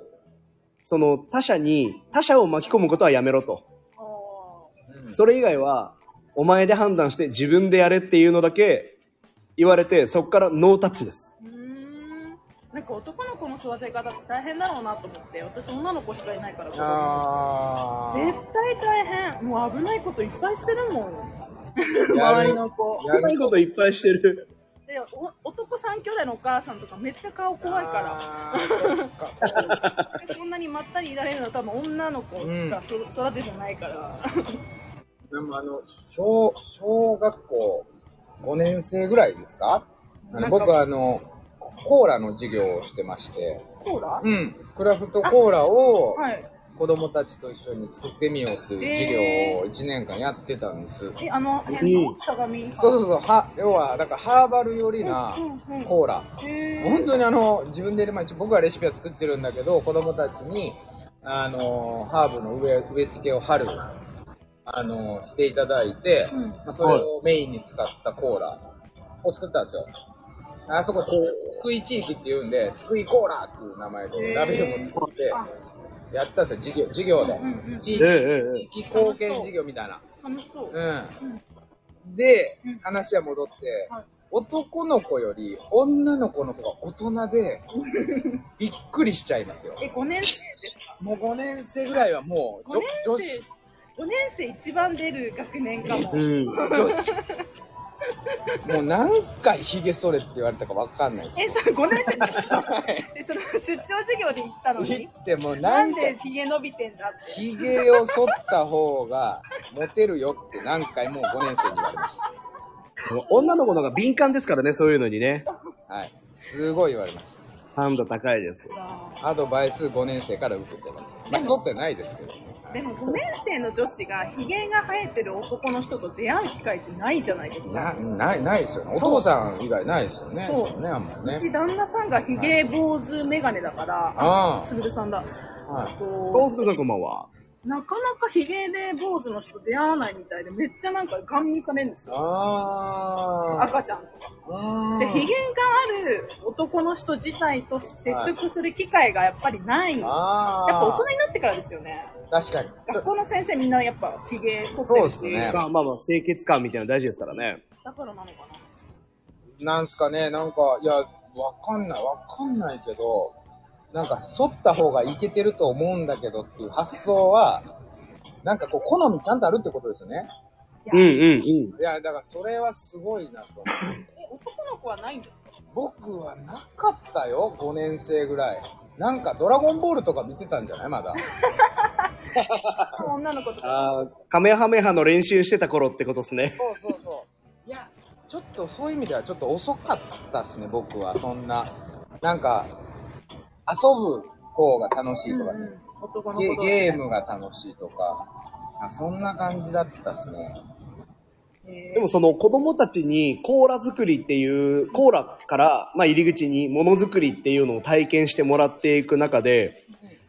S3: その他者に、他者を巻き込むことはやめろと。
S1: い。あ
S2: うん
S3: それ以外は、お前で判断して自分でやれっていうのだけ言われて、そっからノータッチです。
S1: ーうーん。なんか男の子の育て方って大変だろうなと思って、私女の子しかいないから子供、
S2: あー
S1: 絶対大変。もう危ないこといっぱいしてるもん。
S2: やる
S1: 周りの子。
S2: やる
S3: うまいこといっぱいしてる。
S1: で、お男三兄弟のお母さんとかめっちゃ顔怖いから。
S2: あーそっかそう
S1: こんなにまったりいられるのは多分女の子しかそ育ててないから。
S2: でもあの、小、小学校5年生ぐらいですかあ
S1: な
S2: の
S1: んか
S2: 僕はあの、コーラの授業をしてまして、
S1: コーラ
S2: うん、クラフトコーラを、
S1: はい。
S2: 子供たちと一緒に作ってみようっていう授業を1年間やってたんです。
S1: え、あの辺の、
S3: うん
S1: 相模。
S2: そうそうそう、は要は、だからハーバル寄りな
S1: うんうん
S2: コーラ。
S1: へー
S2: 本当にあの、自分で、まあ、一応僕はレシピは作ってるんだけど、子供たちに、あの、ハーブの植え植え付けを春、あの、していただいて、
S1: うん
S2: まあ、それをメインに使ったコーラを作ったんですよ。あそこ、つ津久井地域っていうんで、津久井コーラっていう名前でラベルも作って、
S1: あ
S2: やったんですよ、授業、授業で。
S1: うんうん
S2: 地
S3: え
S2: 域
S3: ええええ
S2: 地域貢献事業みたいな。
S1: 楽しそう。
S2: うん。で
S1: うん、
S2: 話は戻って
S1: はい、
S2: 男の子より女の子の方が大人で、びっくりしちゃいますよ。
S1: え、五年生
S2: もう5年生ぐらいはもう、
S1: 五年
S2: 女女
S1: 生
S2: 子、
S1: 5年生一番出る学年かも。
S3: うん。
S2: 女子もう何回ヒゲ剃れって言われたかわかんないです
S1: え、それ5年生だったえ、その出張授業で行ったの
S2: 行
S1: に。
S2: ってもう
S1: なん
S2: 何
S1: で
S2: 回
S1: ひげ伸びてんだって。
S2: ヒゲを剃った方がモテるよって何回も5年生に言われました
S3: 女の子の方が敏感ですからね、そういうのにね。
S2: はい。すごい言われました。
S3: 感度高いです。
S2: アドバイス5年生から受けてます。まあ、剃ってないですけどね。は
S1: で
S2: い
S1: も5年生の女子がひげが生えてる男の人と出会う機会ってないじゃないですか。
S2: なない、ないですよね。お父さん以外ないですよね。
S1: そう
S2: ね、あんま
S1: うち
S2: ね。
S1: 旦那さんがひげ坊主メガネだから、
S2: あ
S1: すぐるさんだ。
S2: あ、はい。
S3: ど
S1: こ
S3: うするさんこんばんは。
S1: うなかなかひげで坊主の人出会わないみたいで、めっちゃなんかガン見されるんですよ。
S2: あ
S1: 赤ちゃんとか。
S2: あ。
S1: で、ひげがある男の人自体と接触する機会がやっぱりない。やっ
S2: ああ。
S1: ぱ大人になってからですよね。
S2: 確かに。
S1: 学校の先生みんなやっぱひげ剃って
S2: そう
S1: る
S2: で
S1: し、
S2: すね。
S3: まあまあまあ、清潔感みたいなの大事ですからね。
S1: だからなのかな。
S2: なんすかね、なんか、いや、わかんない、わかんないけど、なんか、剃った方がいけてると思うんだけどっていう発想は、なんかこう、好みちゃんとあるってことですよね。
S3: うんうんうん。
S2: いや、だからそれはすごいなと思う。
S1: え、男の子はないんですか
S2: 僕はなかったよ、5年生ぐらい。なんか、ドラゴンボールとか見てたんじゃないまだ。
S1: 女の子とか。
S3: ああ、カメハメハの練習してた頃ってことですね。
S2: そうそうそう。いや、ちょっとそういう意味ではちょっと遅かったっすね、僕は。そんな。なんか、遊ぶ方が楽しいとかね。
S1: うんうん男の子
S2: ゲ
S1: 同士
S2: ゲームが楽しいとか、あそんな感じだったっすね。
S1: えー
S3: でもその子供たちにコーラ作りっていう、コーラから、まあ入り口にものづくりっていうのを体験してもらっていく中で、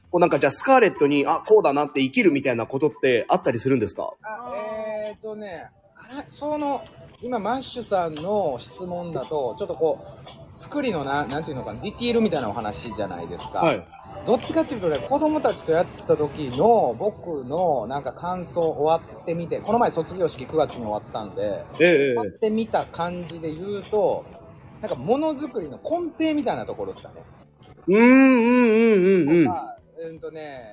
S3: こうなんかじゃあスカーレットに、あ、こうだなって生きるみたいなことってあったりするんですか
S2: あ
S1: あー
S2: えっ、ー、とねあその今マッシュさんの質問だとちょっとこう作りのななんていうのかなディティールみたいなお話じゃないですか、
S3: はい。
S2: どっちかっていうとね子供たちとやった時の僕のなんか感想終わってみてこの前卒業式9月に終わったんで
S3: えええ
S2: 終わってみた感じで言うとなんかものづくりの根底みたいなところですかね
S3: え。うんうんうんうんうん。
S2: まあ、うんとね、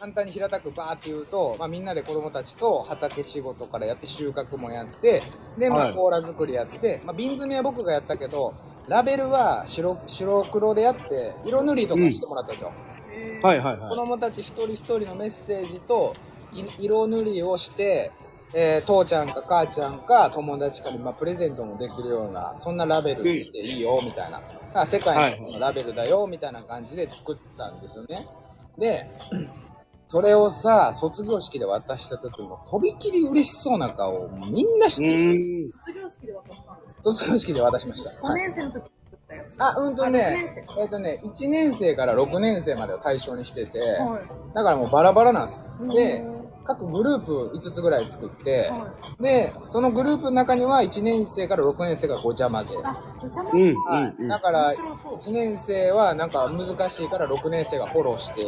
S2: 簡単に平たくバーって言うと、まあみんなで子供たちと畑仕事からやって収穫もやって、で、ま
S3: は
S2: あ
S3: い
S2: コーラ作りやって、まあ瓶詰めは僕がやったけど、ラベルは白、白黒でやって、色塗りとかしてもらったでしょ。
S1: えー
S3: はいはい
S2: 子
S3: は
S2: 供たち一人一人のメッセージと、い色塗りをして、えー父ちゃんか母ちゃんか友達かに、まあ、プレゼントもできるような、そんなラベルにしていいよ、みたいな。だから世界のラベルだよ、みたいな感じで作ったんですよね。で、 それをさ、卒業式で渡した時のとびきり嬉しそうな顔をみんなし
S3: い。う
S2: て
S1: 卒
S2: る、
S3: ーん。
S1: 業式で渡したんですか
S2: 卒業式で渡しました。
S1: 5
S2: はい
S1: 年生の時作ったやつ。
S2: あ、うんと
S1: あ
S2: ね、えっ、とね、1年生から6年生までを対象にしてて、
S1: はい。
S2: だからもうバラバラなんです。で
S1: う、
S2: 各グループ5つぐらい作って、
S1: は
S2: で、そのグループの中には1年生から6年生がごちゃ混ぜ。
S1: あ、お茶も
S3: うんうん
S2: はい
S3: うん
S2: だ。か
S1: 面
S2: ら、
S1: 白そう
S2: 1年生はなんか難しいから6年生がフォローして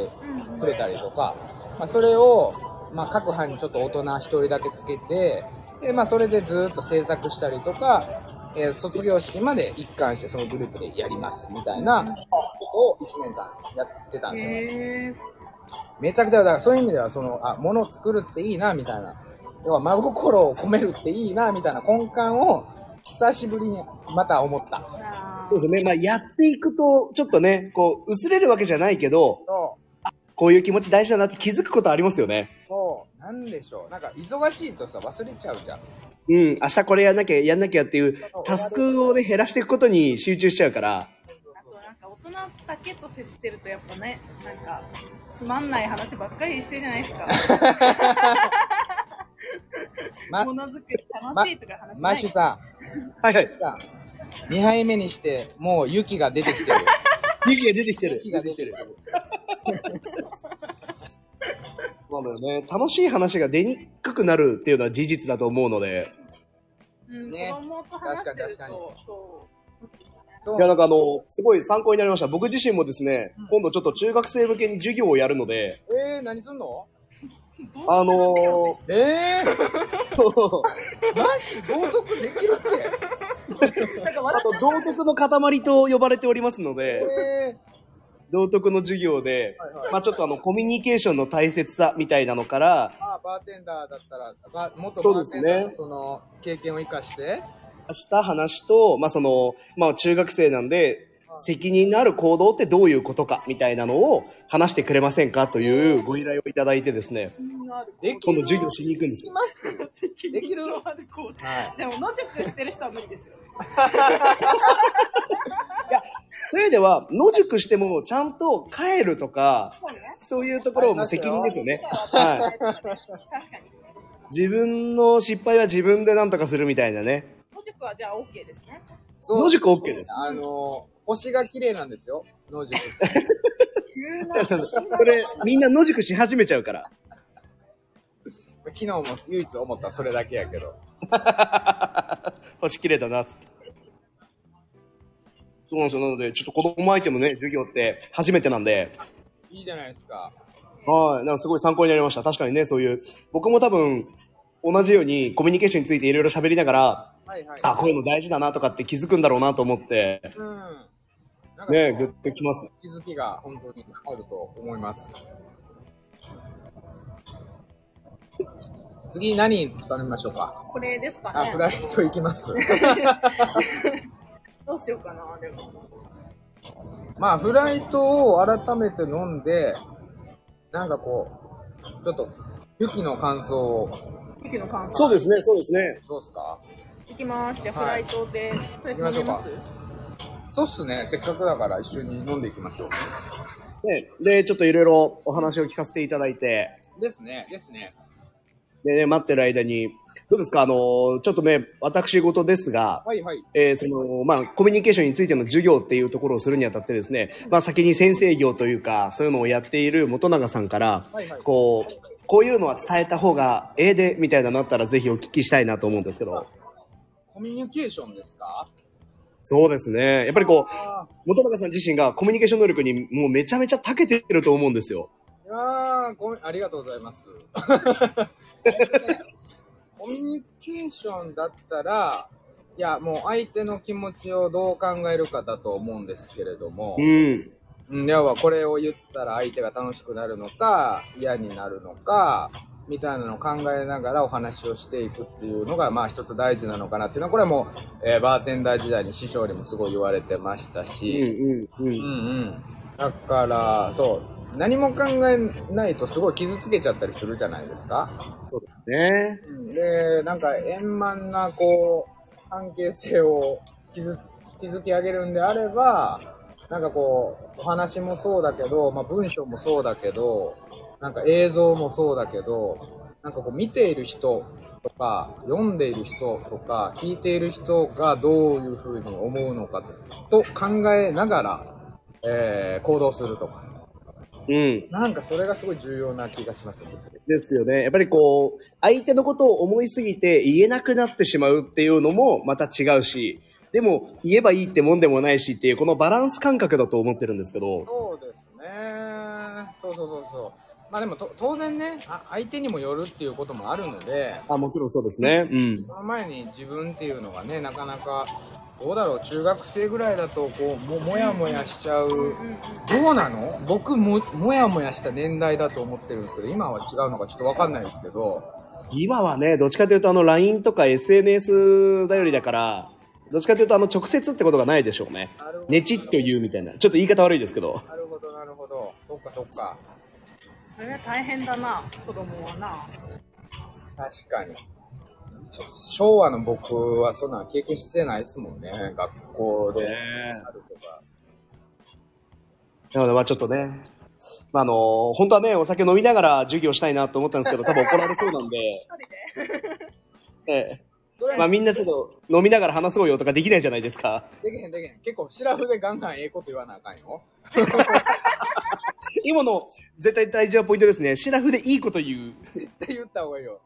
S1: うん
S2: くれたりとか、まあ、それを、まあ、各班にちょっと大人1人だけつけて、で、まあ、それでずっと制作したりとか、えー卒業式まで一貫してそのグループでやりますみたいなことを1年間やってたんですよ。
S1: へー
S2: めちゃくちゃ、だからそういう意味では、その、あ、物を作るっていいな、みたいな。要は、真心を込めるっていいな、みたいな根幹を、久しぶりにまた思った。
S1: あ
S3: そうですね。まあやっていくと、ちょっとね、こう、薄れるわけじゃないけど、
S2: そ
S3: こういう気持ち大事だなって気づくことありますよね。
S2: う、そう、なんでしょう。なんか、忙しいとさ、忘れちゃうじゃん。
S3: うん、明日これやんなきゃ、やんなきゃっていう、タスクをね、減らしていくことに集中しちゃうから。
S1: ーあとなんか大人だけと接してるとやっぱね、なんかつまんない話ばっかりしてるじゃない ですか。
S2: ま
S1: も、のづくり楽しいとか話し
S2: マ
S1: な
S2: ッシュ
S1: い。
S2: さ
S3: はいはい。
S2: ん、さん、2杯目にして、もう雪が出てきてる。
S3: 雪が出てきてる。
S2: 雪が出てる。
S3: そうなのよね。楽しい話が出にくくなるっていうのは事実だと思うので。
S1: うん
S2: ね
S1: 子供と話してる
S2: 確かに確かに
S1: と、そう。
S2: そ
S3: いや、
S2: う、
S3: なんかあの、すごい参考になりました。僕自身もですね、今度ちょっと中学生向けに授業をやるので、
S2: えー、何すんの
S3: あの
S2: えー、
S3: ー、
S2: マッシュ、道徳できるって。
S1: なんか
S3: あ
S1: 笑
S3: と道徳の塊と呼ばれておりますので、
S2: え
S3: 道徳の授業で、
S2: はいはい
S3: まあちょっとあの、コミュニケーションの大切さみたいなのから、
S2: まあ、バーテンダーだったら、バ元
S3: そう
S2: バー
S3: です
S2: テ
S3: ね
S2: ンダーのその経験を生かして、
S3: した話と、まあその、まあ中学生なんで、責任のある行動ってどういうことかみたいなのを話してくれませんかというご依頼をいただいてですね、
S2: でき
S3: 今度
S2: る。
S3: 授業しに行くんですよ。
S2: できる。
S1: あるこう
S2: はい。
S1: でも野宿してる人は無理ですよね。
S3: そういう意味では、野宿してもちゃんと帰るとか、そういうところも責任ですよね。はい。
S1: 確かに。
S3: 自分の失敗は自分で何とかするみたいなね。
S1: 野宿はじゃあ OK ですね。
S2: そう
S3: 野宿 OK です。
S2: あの、星が綺麗なんですよ。野宿。
S3: じゃあそのこれ、みんな野宿し始めちゃうから。
S2: 昨日も唯一思ったそれだけやけど。
S3: 星綺麗だな、っつって。そうなんですよ。なので、ちょっと子供相手のね、授業って初めてなんで、
S2: いいじゃないですか。
S3: はい。なんかすごい参考になりました。確かにね、そういう。僕も多分、同じようにコミュニケーションについていろいろ喋りながら、
S2: はいはい。
S3: あ、こういうの大事だなとかって気づくんだろうなと思って、
S2: うん。なんか
S3: ね、ぐっときます。
S2: 気づきが本当にあると思います。次何頼みましょうか。
S1: これですか
S2: あ、
S1: ね
S2: フ。ライト行きます。
S1: どうしようかな、でも。
S2: まあ、フライトを改めて飲んで、なんかこう、ちょっと、ユキの感想を、
S1: 雪の感想。
S3: そうですね、そうですね。
S2: どうですか
S1: いきます。じゃあフ
S2: は
S1: ラ
S2: い
S1: イトで。フライ
S2: 行きましょうか
S1: ト飲み
S2: そうっすね、せっかくだから一緒に飲んでいきましょう。
S3: ね、で、ちょっといろいろお話を聞かせていただいて、
S2: ですね、ですね。
S3: でね、待ってる間に、どうですかあのー、ちょっとね、私事ですが、
S2: はいはい。
S3: えーその、まあ、コミュニケーションについての授業っていうところをするにあたってですね、まあ、先に先生業というか、そういうのをやっている元永さんから、
S2: はいはい
S3: こう、こういうのは伝えた方がええで、みたいなのあったらぜひお聞きしたいなと思うんですけど。
S2: コミュニケーションですか
S3: そうですね。やっぱりこう、
S2: あ
S3: 元永さん自身がコミュニケーション能力にもうめちゃめちゃ長けてると思うんですよ。
S2: ーいやーごめんありがとうございます。 コミュニケーションだったら、いや、もう相手の気持ちをどう考えるかだと思うんですけれども、
S3: うん。
S2: うん要はこれを言ったら相手が楽しくなるのか嫌になるのかみたいなのを考えながらお話をしていくっていうのがまあ一つ大事なのかなっていうのはこれはもう、えーバーテンダー時代に師匠にもすごい言われてました
S3: うん
S2: し、
S3: うんう
S2: うん
S3: ん。
S2: うん、だからそう何も考えないとすごい傷つけちゃったりするじゃないですか。
S3: そうですね。
S2: うんで、なんか円満な、こう、関係性を築つ築き上げるんであれば、なんかこう、お話もそうだけど、まあ文章もそうだけど、なんか映像もそうだけど、なんかこう見ている人とか、読んでいる人とか、聞いている人がどういうふうに思うのかと考えながら、えー行動するとか。
S3: うん。
S2: なんかそれがすごい重要な気がします、
S3: ですよね。やっぱりこう、相手のことを思いすぎて言えなくなってしまうっていうのもまた違うし、でも言えばいいってもんでもないしっていう、このバランス感覚だと思ってるんですけど、
S2: そうですね。そうそうそうそう。まあでもと当然ねあ、相手にもよるっていうこともあるので、
S3: あ、もちろんそうですね。うん。
S2: その前に自分っていうのがね、なかなか、どうだろう、中学生ぐらいだと、こう、も、もやもやしちゃう。どうなの僕も、もやもやした年代だと思ってるんですけど、今は違うのかちょっとわかんないですけど、
S3: 今はね、どっちかというとあの LINE とか SNS 頼りだから、どっちかというとあの直接ってことがないでしょうね。
S2: なるほど
S3: ねちっと言うみたいな。ちょっと言い方悪いですけど。
S2: なるほど、なるほど。そっかそっか。
S1: それは大変だな、子供はな。
S2: 確かに。ちょ昭和の僕はそんなん経験してないですもんね、学校で。あるとか。
S3: なので、まあちょっとね、まああの、本当はね、お酒飲みながら授業したいなと思ったんですけど、多分怒られそうなんで、ええ。
S2: それ
S3: まあ
S2: は
S3: みんなちょっと飲みながら話そうよとかできないじゃないですか。
S2: できへんできへん。結構、シラフでガンガンええこと言わなあかんよ。
S3: 今の絶対大事なポイントですね。シラフでいいこと言う。
S2: って言った方がいいよ。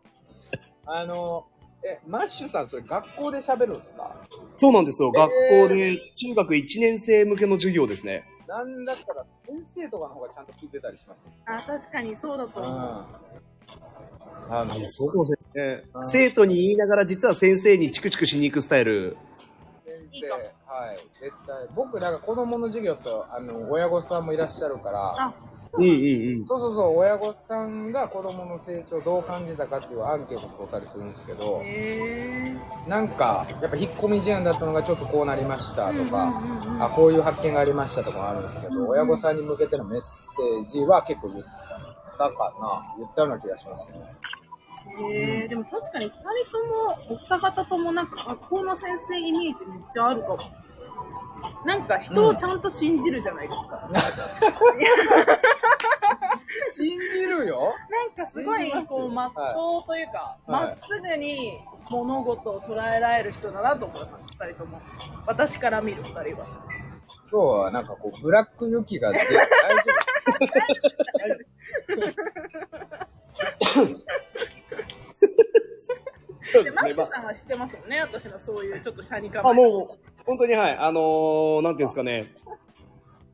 S2: あの、え、マッシュさん、それ学校で喋るんですか
S3: そうなんですよ。学
S2: えー
S3: 校で中学1年生向けの授業ですね。
S2: なんだったら先生とかの方がちゃんと聞いてたりします。
S1: あ、確かにそうだと
S2: うん。
S1: 思う。
S2: あの
S3: あ、そうかもしれないですね
S2: う。ん
S3: 生徒に言いながら実は先生にチクチクしに行くスタイル。
S2: 先
S1: いいかも
S2: 生。はい、絶対。僕、だから子供の授業と、あの、親御さんもいらっしゃるから、
S1: あ
S3: うんうんうん。
S2: そうそうそう、親御さんが子供の成長どう感じたかっていうアンケートを取ったりするんですけど、
S1: へ
S2: なんか、やっぱ引っ込み思案だったのがちょっとこうなりましたとか、
S1: うんうんうんうん
S2: あ、こういう発見がありましたとかあるんですけど、親御さんに向けてのメッセージは結構言ったかな、言ったような気がしますね。
S1: えでも確かに2人ともお二方ともなんか学校の先生イメージめっちゃあるかもなんか人をちゃんと信じるじゃないですか、
S2: 信じるよ
S1: なんかすご
S2: 信
S1: い
S2: じます
S1: こう真っ当というか
S2: い
S1: ま、っすぐに物事を捉えられる人だなと思います2人とも私から見る2人は
S2: 今日はなんかこう、ブラックユキが出て、大丈夫はい
S3: そう
S1: で
S3: です
S1: マッ
S3: ね。
S1: シ
S3: ま
S1: ュ
S3: あ
S1: さんは知ってますよね私のそういうちょっとシャニカ
S3: あ、
S1: マ
S3: もう、本当にはい、あのー、なんていうんですかね、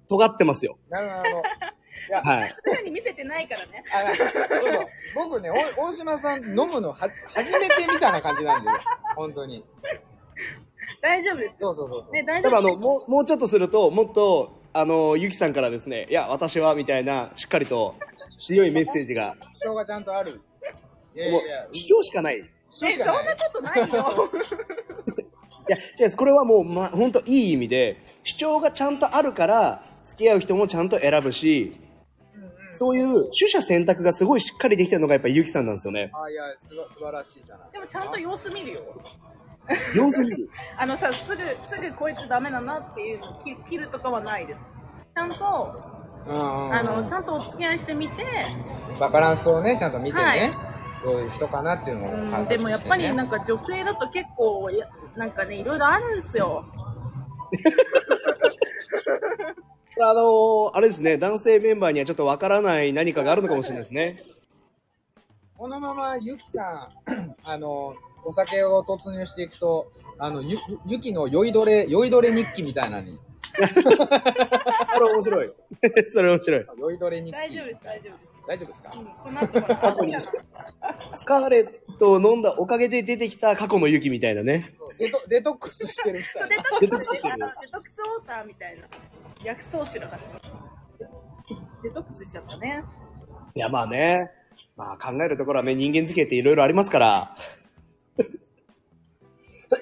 S3: 尖ってますよ。
S2: なるほどなるほど。いや、
S3: はい。
S1: そういうふうに見せてないからね
S2: あなそうそう僕ね、お大島さん飲むのはじ初めてみたいな感じなんで、本当に。
S1: 大丈夫ですよ
S2: そうそうそうそう。
S1: ね大
S3: 多
S1: 丈
S3: 分あ
S1: 夫
S3: の、もう、もうちょっとすると、もっと、あのー、ゆきさんからですね、いや、私は、みたいな、しっかりと、強いメッセージが、
S2: 主張がちゃんとある。いやい
S3: もう
S2: やいや、、
S3: 主張しかない。い
S2: 主張
S1: え
S2: し
S1: そん
S2: か
S1: な
S2: ない。
S1: ことないよ
S3: や、違うこれはもう、ま、本当いい意味で、主張がちゃんとあるから、付き合う人もちゃんと選ぶし、そういう、取捨選択がすごいしっかりできたのが、やっぱゆきさんなんですよ ね。
S2: あ、いや、すば素晴らしいじゃない。
S1: でもちゃんと様子見るよ
S3: 様子見る。
S1: あのさすぐすぐこいつダメだなっていうのを切切るとかはないですちゃんとあ
S2: あ
S1: のちゃんとお付き合いしてみて、
S2: バランスをね、ちゃんと見てね、
S1: はい
S2: どういう人かなっていうのを
S1: うん
S2: 観察して、ね。
S1: でもやっぱりなん
S2: か、
S1: か女性だと結構やなんかねいろいろあるんですよ
S3: あのー、あれですね、男性メンバーにはちょっとわからない何かがあるのかもしれないですね。
S2: このままゆきさん、あの、お酒を突入していくと、あの、ゆ、ゆゆきの酔いどれ、酔いどれ日記みたいなのに、
S3: あれ面白い。 それ面白い。
S2: 酔いどれ日記。
S1: 大丈夫です大丈夫です、
S2: 大丈夫ですか
S1: うん、この後はあるじゃない
S3: スカーレットを飲んだおかげで出てきた過去の雪みたいなね。
S2: そうデトデトックスしてるみ
S1: そ
S2: た
S1: う
S2: い
S1: デ
S2: な。
S1: トック
S3: デトックスし
S1: ス
S3: て
S1: デ
S3: る
S1: トックスウォーターみたいな薬草酒だからデトックスしちゃったね
S3: いや、まあね。まあ考えるところはね、人間付き合いっていろいろありますから。ど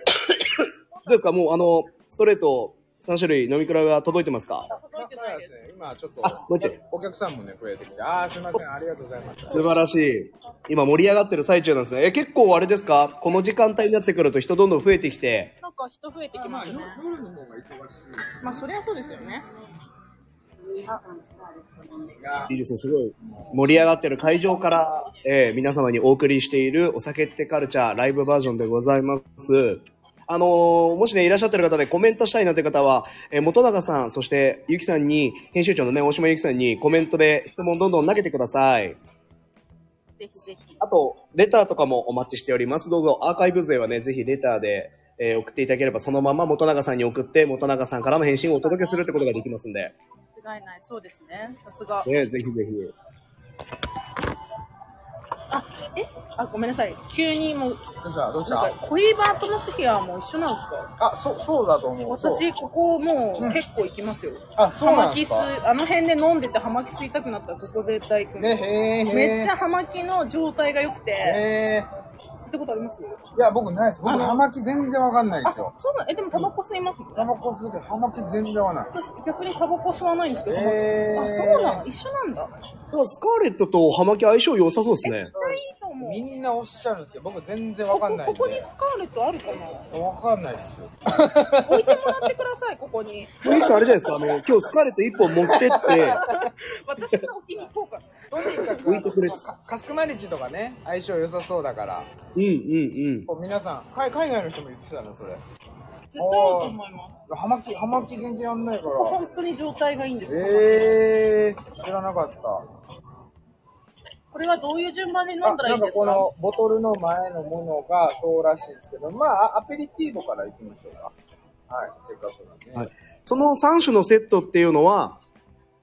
S3: うですかもうあの、ストレート3種類飲み比べは届いてますか
S1: 届いて
S2: まあ
S1: ないで
S2: まあですすね今ちょっ
S3: あもうちょい
S2: と、お客さんもね、増えてきて、ああ、すいません、ありがとうございました。
S3: 素晴らしい。今盛り上がってる最中なんですね。え、結構あれですかこの時間帯になってくると人どんどん増えてきて。
S1: なんか人増えてきますね
S2: 夜の方が忙し
S1: まあそりゃそうですよね
S2: い。が
S3: いいですね、すごい。盛り上がってる会場から、えー皆様にお送りしているお酒ってカルチャーライブバージョンでございます。あのーもしね、いらっしゃってる方でコメントしたいなという方は、えー元永さん、そしてゆきさんに、編集長のね、大島ゆきさんにコメントで質問どんどん投げてください。
S1: ぜひぜひ
S3: あと、レターとかもお待ちしております。どうぞ、アーカイブ勢はね、ぜひレターで、えー送っていただければ、そのまま元永さんに送って、元永さんからの返信をお届けするってことができますんで、
S1: 間違いないそうですねさすが
S3: ね、ぜひぜひ。
S1: えあごめんなさい急にもう
S2: どうしたどうし
S1: なん
S2: た
S1: か恋バートモスヒアも一緒なんですか
S2: あ、そう、そうだと思う。そう
S1: 私ここもう結構行きますよ、
S2: あ、そう
S1: 葉
S2: なん
S1: 巻
S2: です
S1: 吸い
S2: か
S1: あの辺で飲んでて葉巻吸いたくなったらここ絶対行く、
S2: ね、へえ、へえ。
S1: めっちゃ葉巻の状態が良くて、
S2: へえ。
S1: 行ったことあります
S2: いや、僕ないです。僕、
S1: あの
S2: 葉巻全然わかんないん
S1: あ
S2: ですよ。
S1: そうなんえでもタバコ吸いますもん
S2: タ
S1: ね、
S2: バコ吸うけど、葉巻全然わかんない。
S1: 私逆にタバコ吸わないんですけど、
S2: へー
S1: あそうなん一緒なんだ
S3: でもスカーレットと葉巻相性良さそうですね。
S1: これいいと思う
S2: みんなおっしゃるんですけど、僕全然わ
S1: こ
S2: か
S1: こ
S2: んないん
S1: こ
S2: で。
S1: こにスカーレットあるかな
S2: わかんないっす。
S1: 置いてもらってくださいここに
S3: ゆきさんあれじゃないですか、あの、今日スカーレット一本持ってって、
S1: 私の置きに行こうかな
S2: とにかく、
S3: 浮いてくれて
S2: あ
S3: た
S2: のカスクマリッチとかね、相性良さそうだから、
S3: うんうん
S2: こう皆さん海、海外の人も言ってたの、そ
S1: 絶対
S2: れ。
S1: あると思います
S2: 葉巻、葉巻全然やんないか
S1: ここ
S2: ら。
S1: 本当に状態がいいんですよ、
S2: えー、知らなかった。
S1: これはどういう順番で飲んだらいいん
S2: なん
S1: で
S2: か
S1: すか
S2: このボトルの前のものがそうらしいんですけど、まあ、アペリティーボからいきましょうか。はい、せっかくなんで、
S3: うん。はい。その3種のセットっていうのは、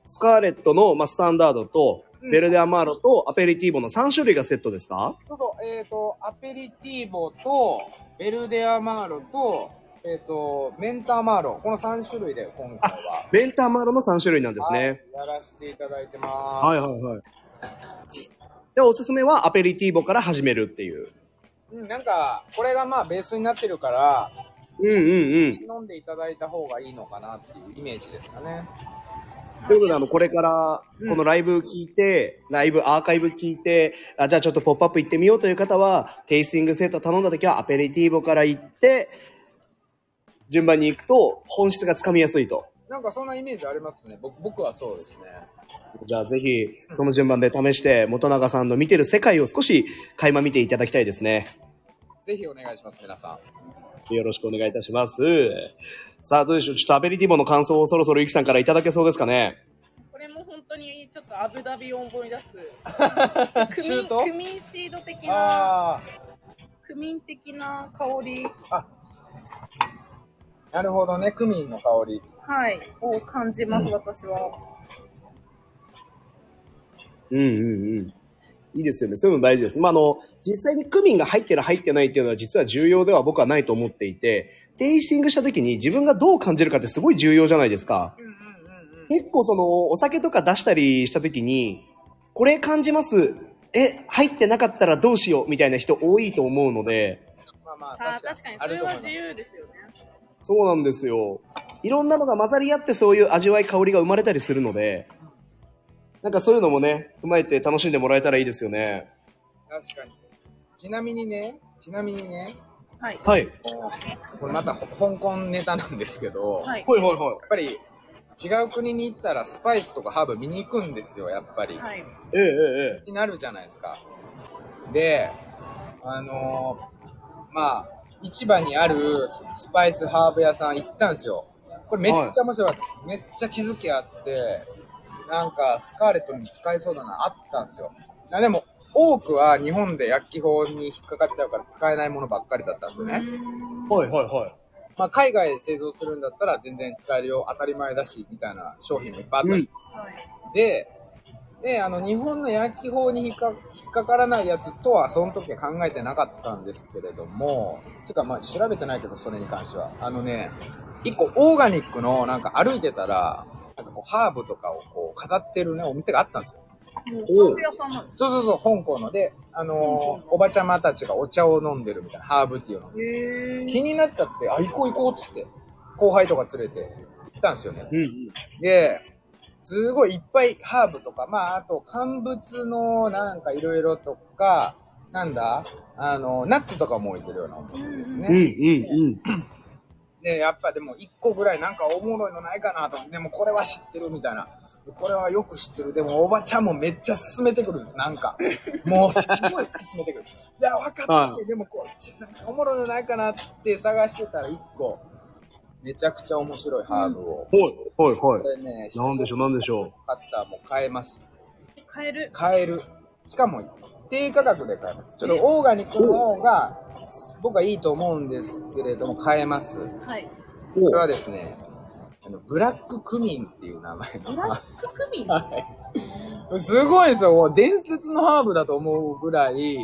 S3: スカーレットの、まあ、スタンダードと、ベルデアマーロとアペリティーボの3種類がセットですか
S2: そうそう、えっ、ー、と、アペリティーボと、ベルデアマーロと、えっ、と、メンターマーロ、この3種類で今回は。
S3: ベンターマロの3種類なんですね。
S2: はいやらせていただいてます。
S3: はいはいはい。で、おすすめはアペリティーボから始めるっていう。
S2: うん、なんか、これがまあベースになってるから、
S3: うんうんうん。
S2: 飲んでいただいた方がいいのかなっていうイメージですかね。
S3: ということで、あの、これから、
S2: うん
S3: このライブ聞いて、ライブアーカイブ聞いて、あ、じゃあちょっとポップアップ行ってみようという方は、テイスティングセット頼んだ時はアペリティーボから行って、順番に行くと、本質がつかみやすいと。
S2: なんかそんなイメージありますね。僕僕はそうですね。
S3: じゃあぜひ、その順番で試して、元永さんの見てる世界を少し垣間見ていただきたいですね。
S2: ぜひお願いします、皆さ
S3: よろしくお願いいたします。さあ、どうでしょうちょっとアペリティーボの感想をそろそろゆきさんからいただけそうですかね。
S1: これも本当にちょっとアブダビを思い出す。
S2: ん。
S1: クミ
S2: 中
S1: ン
S2: 東
S1: クミンシード的な、
S2: あ
S1: クミン的な香り、
S2: あ、なるほどね。クミンの香り。
S1: はい、を感じます、私は。
S3: うんうんうん。いいですよね。そういうの大事です。まあ、あの、実際にクミンが入ってる入ってないっていうのは実は重要では僕はないと思っていて、テイスティングした時に自分がどう感じるかってすごい重要じゃないですか。
S2: うんうんうんうん。
S3: 結構その、お酒とか出したりした時に、これ感じます。え、入ってなかったらどうしようみたいな人多いと思うので、
S2: まあまあ、
S1: あー
S2: 確かに。
S1: 確かに、
S2: あ
S1: そ
S2: る
S1: れ
S2: と思
S1: はい
S2: ま
S1: 自
S2: す。
S1: 由ですよね。
S3: そうなんですよ。いろんなのが混ざり合ってそういう味わい、香りが生まれたりするので、なんかそういうのもね、踏まえて楽しんでもらえたらいいですよね。
S2: 確かに。ちなみにね、ちなみにね、
S1: はい。
S3: はい。
S2: これまたほ香港ネタなんですけど、
S1: は
S2: やっ
S1: い。
S3: はいはいはい。
S2: ぱり違う国に行ったらスパイスとかハーブ見に行くんですよ、やっぱり。
S1: はい。
S3: ええええええ。
S2: になるじゃないですか。で、あのーまあ、市場にあるススパイスハーブ屋さん行ったんですよ。これめっちゃ面白かったです。めっちゃ気づきあって、なんかスカーレットに使えそうだな、あったんですよ。あでも、多くは日本で薬機法に引っかかっちゃうから使えないものばっかりだったんですよね。
S3: はいはいはい。
S2: まあ、海外で製造するんだったら全然使えるよ、当たり前だし、みたいな商品もいっぱいあったし。
S1: はい。
S2: で、で、あの、日本の薬機法に引っか引っかからないやつとは、その時は考えてなかったんですけれども、てか、まあ、調べてないけど、それに関しては。あのね、一個、オーガニックの、なんか歩いてたら、なんかこう、ハーブとかをこう、飾ってるね、お店があったんですよ。
S1: もう、
S3: おう
S1: ハーブ屋さんなんです
S2: そうそうそう、香港ので、あのーおばちゃまたちがお茶を飲んでるみたいな、ハーブティーを飲んで。
S1: ね。へー
S2: 気になっちゃって、あ、行こう行こうって言って、後輩とか連れて行ったんですよね。
S3: うんうん。
S2: で、すごいいっぱいハーブとか、まあ、あと乾物のなんかいろいろとか、なんだ、あの、ナッツとかも置いてるようなお店です
S3: うん
S2: ね。
S3: うん
S2: で、やっぱでも1個ぐらいなんかおもろいのないかなと思って、でもこれは知ってるみたいな。これはよく知ってる。でもおばちゃんもめっちゃ勧めてくるんです、なんか。もうすごい勧めてくる。いや、分かって
S3: は
S2: て、でもこうち、なんかおもろいのないかなって探してたら1個、めちゃくちゃ面白いハーブを。
S3: うん。はいはいは
S2: これね、
S3: なんでしょうなんでしょう。
S2: カッターも買えます。
S1: 買える。
S2: 買える。しかも、低価格で買えます。ちょっとオーガニックの方が、僕はいいと思うんですけれども、買えます。
S1: はい。
S2: これはですね、あのブラッククミンっていう名前
S1: ブラ
S2: の。
S1: ッククミン。は
S2: はい。すごいですよ。もう伝説のハーブだと思うぐらい、
S1: い。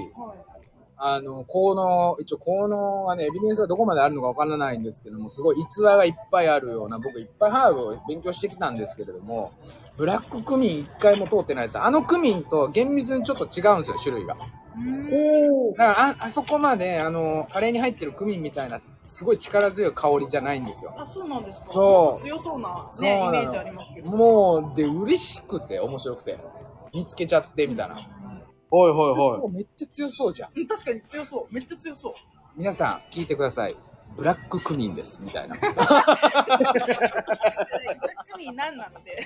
S2: あの、効能、一応効能はね、エビデンスがどこまであるのかわからないんですけども、すごい逸話がいっぱいあるような、僕いっぱいハーブを勉強してきたんですけれども、ブラッククミン一回も通ってないです。あのクミンと厳密にちょっと違うんですよ、種類が。
S1: うん
S3: ほう
S2: だからあ、あそこまで、あの、カレーに入ってるクミンみたいな、すごい力強い香りじゃないんですよ。
S1: あ、そうなんですか。
S2: そう
S1: 強そうな、
S2: そう
S1: ね、イ
S2: なの
S1: メージありますけど。
S2: もう、で、嬉しくて、面白くて。見つけちゃって、みたいな。
S3: はいはい
S2: も
S3: は
S2: うめっちゃ強そうじゃん。
S1: うん確かに強そう。めっちゃ強 そう。
S2: 皆さん、聞いてください。ブラッククミンです、みたいな。
S1: クミンなんなので。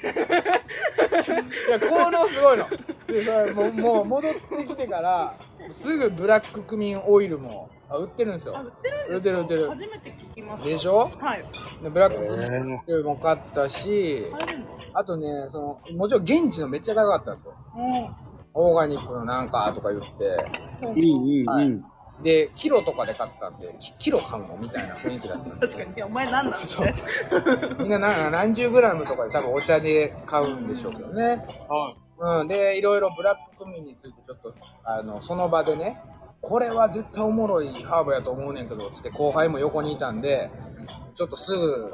S2: いや、効能すごいの。で、それもう、もう戻ってきてから、すぐブラッククミンオイルも、あ売ってるんです
S1: あ、売
S2: よ。
S1: ってるんですか
S2: 売ってる売ってる。
S1: 初めて聞きました。
S2: でしょ
S1: はい。
S2: でブラッ
S3: い。
S2: ク
S3: へ
S2: クミン
S3: ー
S2: オイルも買ったし、
S1: 買えるんだ。
S2: あとね、その、もちろん現地のめっちゃ高かったんですよ。
S1: う
S2: オーガニックのなんかとか言って、
S1: ん。
S3: うんうん
S2: は
S3: うん
S2: い。で、キロとかで買ったんで、きキロ買うのみたいな雰囲気だったんで
S1: 確かに、いやお前なんなの
S2: そうみんなな何十グラムとかで多分お茶で買うんでしょうけどね。
S3: は
S2: うん、で、いろいろブラッククミンについてちょっと、あの、その場でね、これは絶対おもろいハーブやと思うねんけど、つって後輩も横にいたんで、ちょっとすぐ、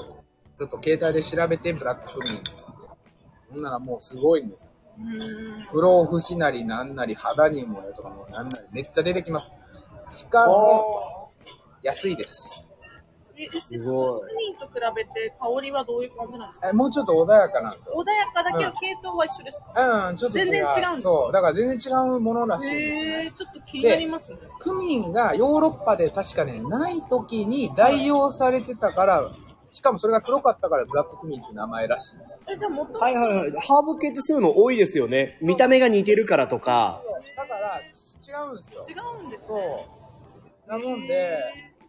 S2: ちょっと携帯で調べて、ブラックプミンっつって。ほんならもうすごいんですよ。不老不死なりなんなり肌にもよとかもなんなりめっちゃ出てきます。しかも、安いです。
S1: え、す
S3: ごい
S1: 人と比べて香りはどういう感じなんですか
S2: えもうちょっと穏やかなんですよ。
S1: 穏やかだけど
S2: うん
S1: 系統は一緒ですか、
S2: うん、ちょっと違う。
S1: 全然違うんですか
S2: そう。だから全然違うものらしいですね。
S1: へえ、ちょっと気になりますね。
S2: クミンがヨーロッパで確かね、ない時に代用されてたから、しかもそれが黒かったからブラッククミンって名前らしいんですよ。
S1: え、じゃあ元々
S3: はいはいはい。ハーブ系ってそういうの多いですよね。見た目が似てるからとか。
S2: だから、違うんですよ。
S1: 違うんですね。
S2: そう。なもんで、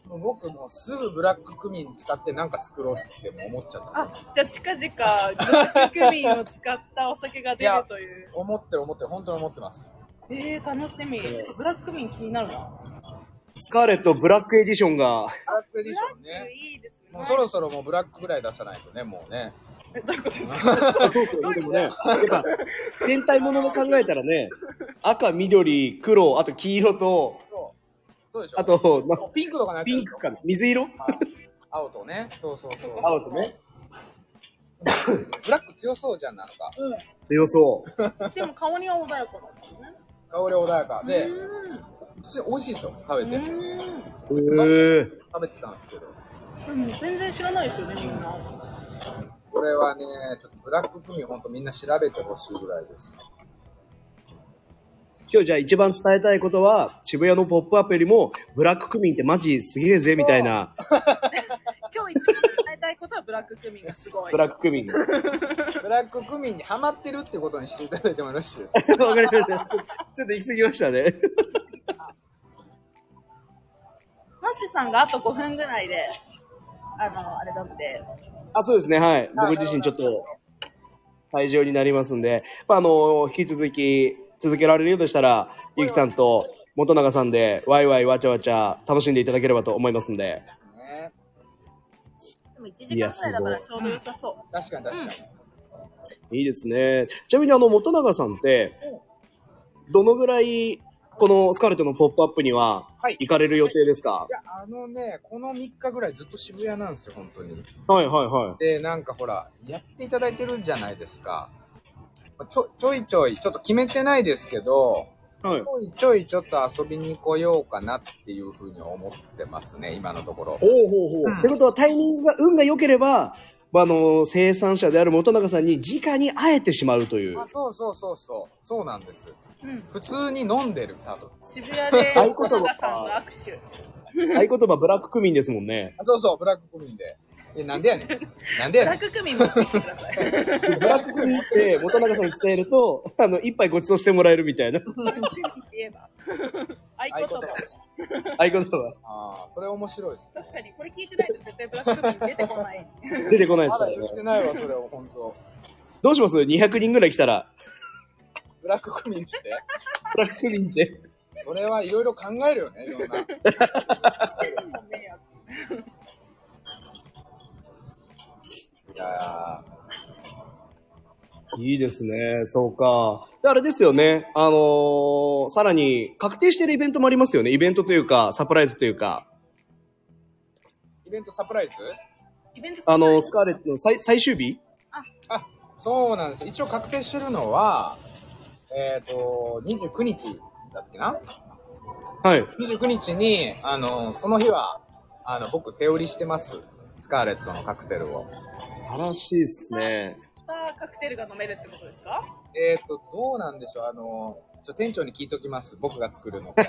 S2: もう僕もうすぐブラッククミン使ってなんか作ろうって思っちゃったんですよ。
S1: あ、じゃあ近々、ブラッククミンを使ったお酒が出るという。
S2: 思ってる思ってる、本当に思ってます。
S1: えー、楽しみ。ブラックミン気になるな。
S3: スカーレットブラックエディション が、
S2: ブラックエディション
S1: ブラック
S2: ね。
S1: いいですね。
S2: もうそろそろもうブラックぐらい出さないとね、もうね。
S1: えどういうことです か
S3: あそうそう、でもね、やっぱ、全体もので考えたらね、赤、緑、黒、あと黄色と、
S2: そうでしょ
S3: あ、と、ま
S2: もうピンクとかなっちゃう
S3: ピンクかな、水色
S2: はい青とね。そうそうそう。
S3: 青とね。
S2: ブラック強そうじゃんなのか。
S3: 強そう。
S1: でも香りは穏やかなんですね。
S2: 香り穏やかで、
S1: う
S2: 普通に美味しいですよ、食べ
S1: ー
S2: て。
S1: ん。う
S3: へえ。
S2: 食べてたんですけど。
S1: ーん。でも全然知らないですよね、みんな。
S2: これはね、ちょっとブラッククミンほんとみんな調べてほしいぐらいです。
S3: 今日じゃあ一番伝えたいことは、渋谷のポップアップよりも、ブラッククミンってマジすげえぜ、みたいな、
S1: 今日一番伝えたいことはブラッククミンがすごい。
S3: ブラッククミン。 わ
S2: ブラッククミンにハマってるっていうことにしていただいてもよろしいです。
S3: かりました。ちょっとちょっと行き過ぎましたね。
S1: マッシュさんがあと5分ぐらいで、あの、あれなんで、
S3: あ、そうですね、はい。
S2: あ
S3: 僕自身ちょっと、退場になりますんで、まあ、あの、引き続き、続けられるようでしたら、ゆきさんと元永さんで、ワイワイ、わちゃわちゃ、楽しんでいただければと思いますんで。
S2: ね、
S1: でも1時間ぐらいだからちょうど良さそう。
S2: 確かに確かに。
S3: いいですね。ちなみに、あの、元永さんって、どのぐらい、このスカーレットのポップアップには
S2: はい
S3: 行かれる予定ですか
S2: いや、あのね、この3日ぐらいずっと渋谷なんですよ、本当に。
S3: はいはいは
S2: で、なんかほら、やっていただいてるじゃないですか。まあちょちょいちょい、ちょっと決めてないですけど、
S3: い。は
S2: ち。
S3: い
S2: ょいちょいちょっと遊びに来ようかなっていうふうに思ってますね、今のところ。
S3: ほうほうほう。
S2: うん
S3: ってことはタイミングが、運が良ければ、まあ、あの、生産者である元永さんに直に会えてしまうという。
S2: あそうそうそうそう、そうなんです。
S1: うん。
S2: 普通に飲んでる、多分。
S1: 渋谷で、
S3: 合
S1: 小
S3: 言葉
S1: 高さんの握手。
S3: 合言葉ブラッククミンですもんね。
S2: あそうそう、ブラックコミンで。え、なんでやねん。なんで
S1: ブ
S2: や
S1: ラ
S2: ね
S1: ッ
S2: ん。
S1: ククミン持ってきてく ださい。
S3: ブラッククミンって元永さんに伝えると、あの、一杯ご馳走してもらえるみたいな
S1: ブラッククミンって言えば。合言葉。
S3: 合言葉が
S2: ああ、それ面白いですね。
S1: 確かに、これ聞いてないと絶対ブラッククミン出てこ ない。
S3: 出てこないで
S2: ますだ
S3: から
S2: 言っ
S3: ね。
S2: てないわ、それを、本当。
S3: どうします ?200 人ぐらい来たら、
S2: ブラックコミンっつって。
S3: ブラッククミンって。
S2: それはいろいろ考えるよね、いろんな。
S1: もう迷惑
S2: いや
S3: いいですね。そうか。で、あれですよね。あのーさらに、確定してるイベントもありますよね。イベントというか、サプライズというか。
S2: ーイベントサプライズ
S1: イベント
S3: あのースカーレットの最最終日
S2: あ、そうなんです。一応確定してるのは、えっ、ー、と、29日だっけな
S3: はい。
S2: 29日に、あの、その日は、あの、僕手売りしてます。スカーレットのカクテルを。
S3: 素晴らしいですね。
S1: あーカクテルが飲めるってことですか
S2: えっ、ー、と、どうなんでしょう。あの、ちょ、店長に聞いときます。僕が作る ので。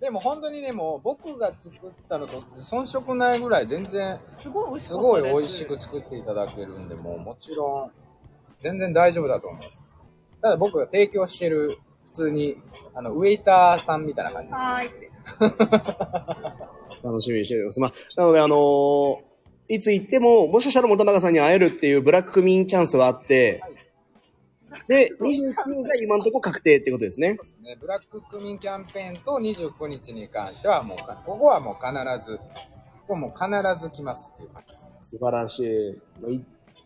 S2: でも本当にでも、僕が作ったのと遜色ないぐらい全然、
S1: すごい美味し
S2: す
S1: か
S2: ご
S1: っ
S2: い
S1: たです。
S2: 美味しく作っていただけるんで、もうもちろん、全然大丈夫だと思います。ただ僕が提供してる、普通に、あの、ウェイターさんみたいな感じです。
S1: はーいって。
S3: 楽しみにしております。まあ、なので、あのーいつ行っても、もしかしたら元永さんに会えるっていうブラックミンチャンスはあって、で、29が今のところ確定ってことです
S2: そ
S3: ね。
S2: うですね、ブラッククミンキャンペーンと29日に関しては、もうか、ここはもう必ず、ここもう必ず来ますっていう感じです。
S3: 素晴らしいまあい。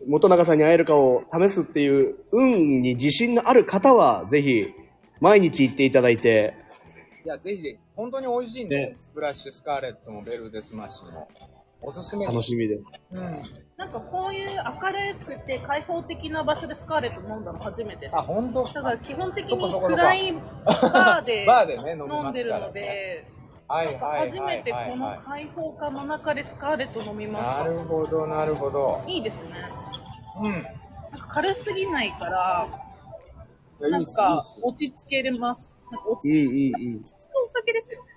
S3: 元永さんに会えるかを試すっていう運に自信のある方は、ぜひ、毎日行っていただいて、
S2: いや、ぜひぜひ。本当に美味しいんで、
S3: ね
S2: スプラッシュスカーレットもベルデスマッシュも。おすすめ
S3: 楽
S2: です。
S3: しみです。
S2: うん。
S1: なんかこういう明るくて開放的な場所でスカーレット飲んだの初めて。
S2: あ、本当
S1: だから基本的
S2: そっかそ
S1: に
S2: っかそっか
S1: 暗いバーで
S2: バーでね、飲み
S1: 飲ん
S2: ま
S1: でする
S2: から、ね。
S1: ので、
S2: はい
S1: なんか
S2: はい
S1: 初
S2: は
S1: め
S2: い
S1: て
S2: は
S1: こ
S2: い、
S1: の
S2: は
S1: 開放感の中でスカーレット飲み
S2: い。
S1: まし
S2: な
S1: た。
S2: るほど、なるほど。
S1: いいですね。
S2: うん。い
S1: なんか軽すぎないから、
S2: や、い
S1: ないん
S2: っす、いいっ
S1: か
S2: す。
S1: 落ち着けれます。なんか落
S3: う
S1: ち
S3: ん
S1: 着
S3: うんうん。
S1: くお酒ですよね。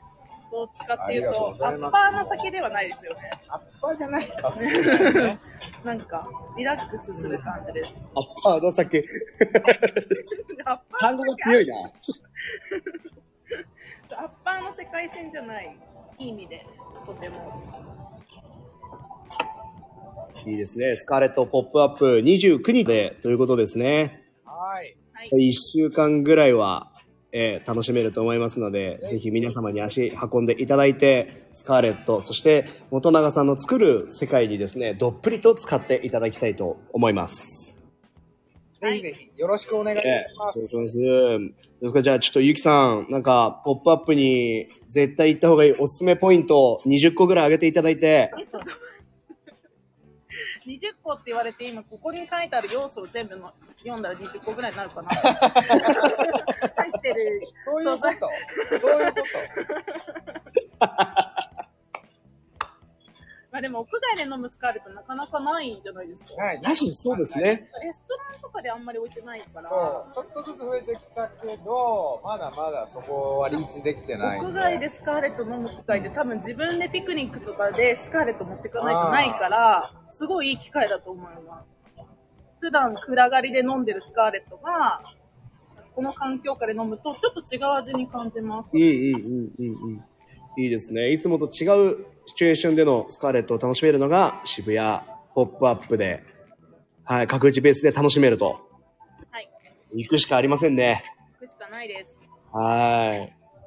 S1: どっちかっていう
S2: ありがとう
S1: と
S2: ご、ざ
S1: ア
S2: いま
S1: ッ
S2: す
S1: パーの酒ではないですよね。
S2: アッパーじゃないかもしれないね。
S1: なんか、リラックスする感じです。
S3: アッパーの酒。
S1: アッパ
S3: 単語が強いな。
S1: ーアッパーの世界線じゃない。いい意味で、とても。
S3: いいですね。スカーレットポップアップ29日でということですね。
S2: はい。
S1: はい。
S3: 1週間ぐらいは、えー楽しめると思いますので、ぜひ皆様に足運んでいただいて、スカーレット、そして元永さんの作る世界にですね、どっぷりと使っていただきたいと思います。
S2: ぜひぜひ、よろしくお願いします。
S3: ええお願いします。ですから、じゃあちょっとゆきさん、なんか、ポップアップに絶対行った方がいいおすすめポイント20個ぐらい上げていただいて、
S1: 20個って言われて今ここに書いてある要素を全部の読んだら20個ぐらいになる かな入ってる
S2: そう
S1: 素
S2: いうこ
S1: 材
S2: と。そういうこ
S1: まあでも屋外で飲むスカーレットなかなかないんじゃないですか
S2: と。はい。
S3: 確かにそうですね。
S1: レストランとかであんまり置いてないから
S2: そう。ちょっとずつ増えてきたけど、まだまだそこはリーチできてない。
S1: 屋外でスカーレット飲む機会って多分自分でピクニックとかでスカーレット持ってかないとないからすごいいい機会だと思います普段暗がりで飲んでるスカーレットがこの環境下で飲むとちょっと違う味に感じます
S3: うんうんうんうんうん。いいですね。いつもと違うシチュエーションでのスカーレットを楽しめるのが渋谷ポップアップで、はい、各自ベースで楽しめると。
S1: はい
S3: 行くしかありませんね。
S1: 行くしかないです
S3: は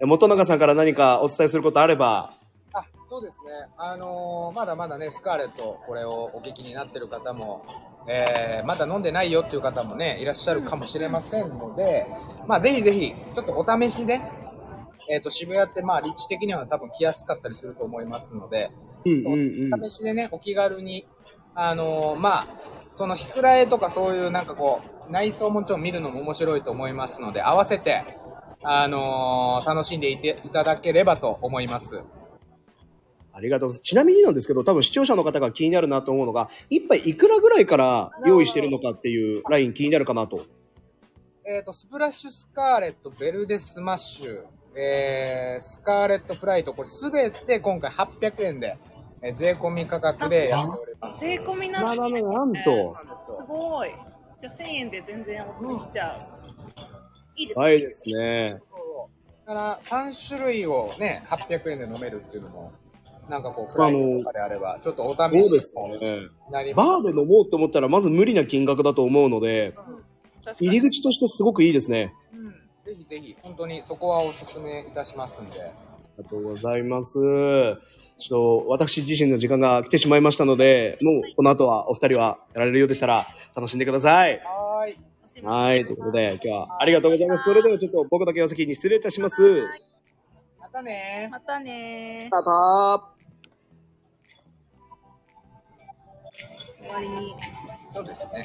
S3: い。元永さんから何かお伝えすることあれば、
S2: あそうですね、あのーまだまだね、スカーレット、これをお聞きになってる方も、えーまだ飲んでないよっていう方もね、いらっしゃるかもしれませんので、まあ、ぜひぜひ、ちょっとお試しで、えっ、と、渋谷って、まあ、立地的には多分来やすかったりすると思いますので、
S3: うんうんうん
S2: お。試しでね、お気軽に、あのーまあ、そのしつらえとかそういうなんかこう、内装もちろん見るのも面白いと思いますので、合わせて、あのー楽しんでいていただければと思います。
S3: ありがとうございます。ちなみになんですけど、多分視聴者の方が気になるなと思うのが、一杯いくらぐらいから用意してるのかっていうライン気になるかなと。
S2: えっ、と、スプラッシュスカーレット、ベルデスマッシュ、えー、スカーレットフライト、これすべて今回800円で、えー税込み価格でやっております。
S1: 税込みな
S3: なん
S1: で
S3: なななんと。
S1: すごいじゃあ1000円で全然お釣り来ちゃう、いいですね、
S3: はいですね。
S2: そうだから3種類をね、800円で飲めるっていうのも、なんかこう、フライトとかであれば、ちょっとお試し
S3: そうです
S2: に
S3: ね。
S2: なります。
S3: バーで飲もうと思ったら、まず無理な金額だと思うので、
S1: 確かに
S3: 入り口としてすごくいいですね。
S2: うん、ぜひぜひ、本当にそこはおすすめいたしますんで。
S3: ありがとうございます。ちょっと、私自身の時間が来てしまいましたので、もうこの後はお二人はやられるようでしたら、楽しんでください。
S2: はーい。
S3: はい、ということで、今日はありがとうございます。それではちょっと僕だけお先に失礼いたします。
S2: またね
S1: またね
S3: たた
S1: ー終わりに
S2: そうですね。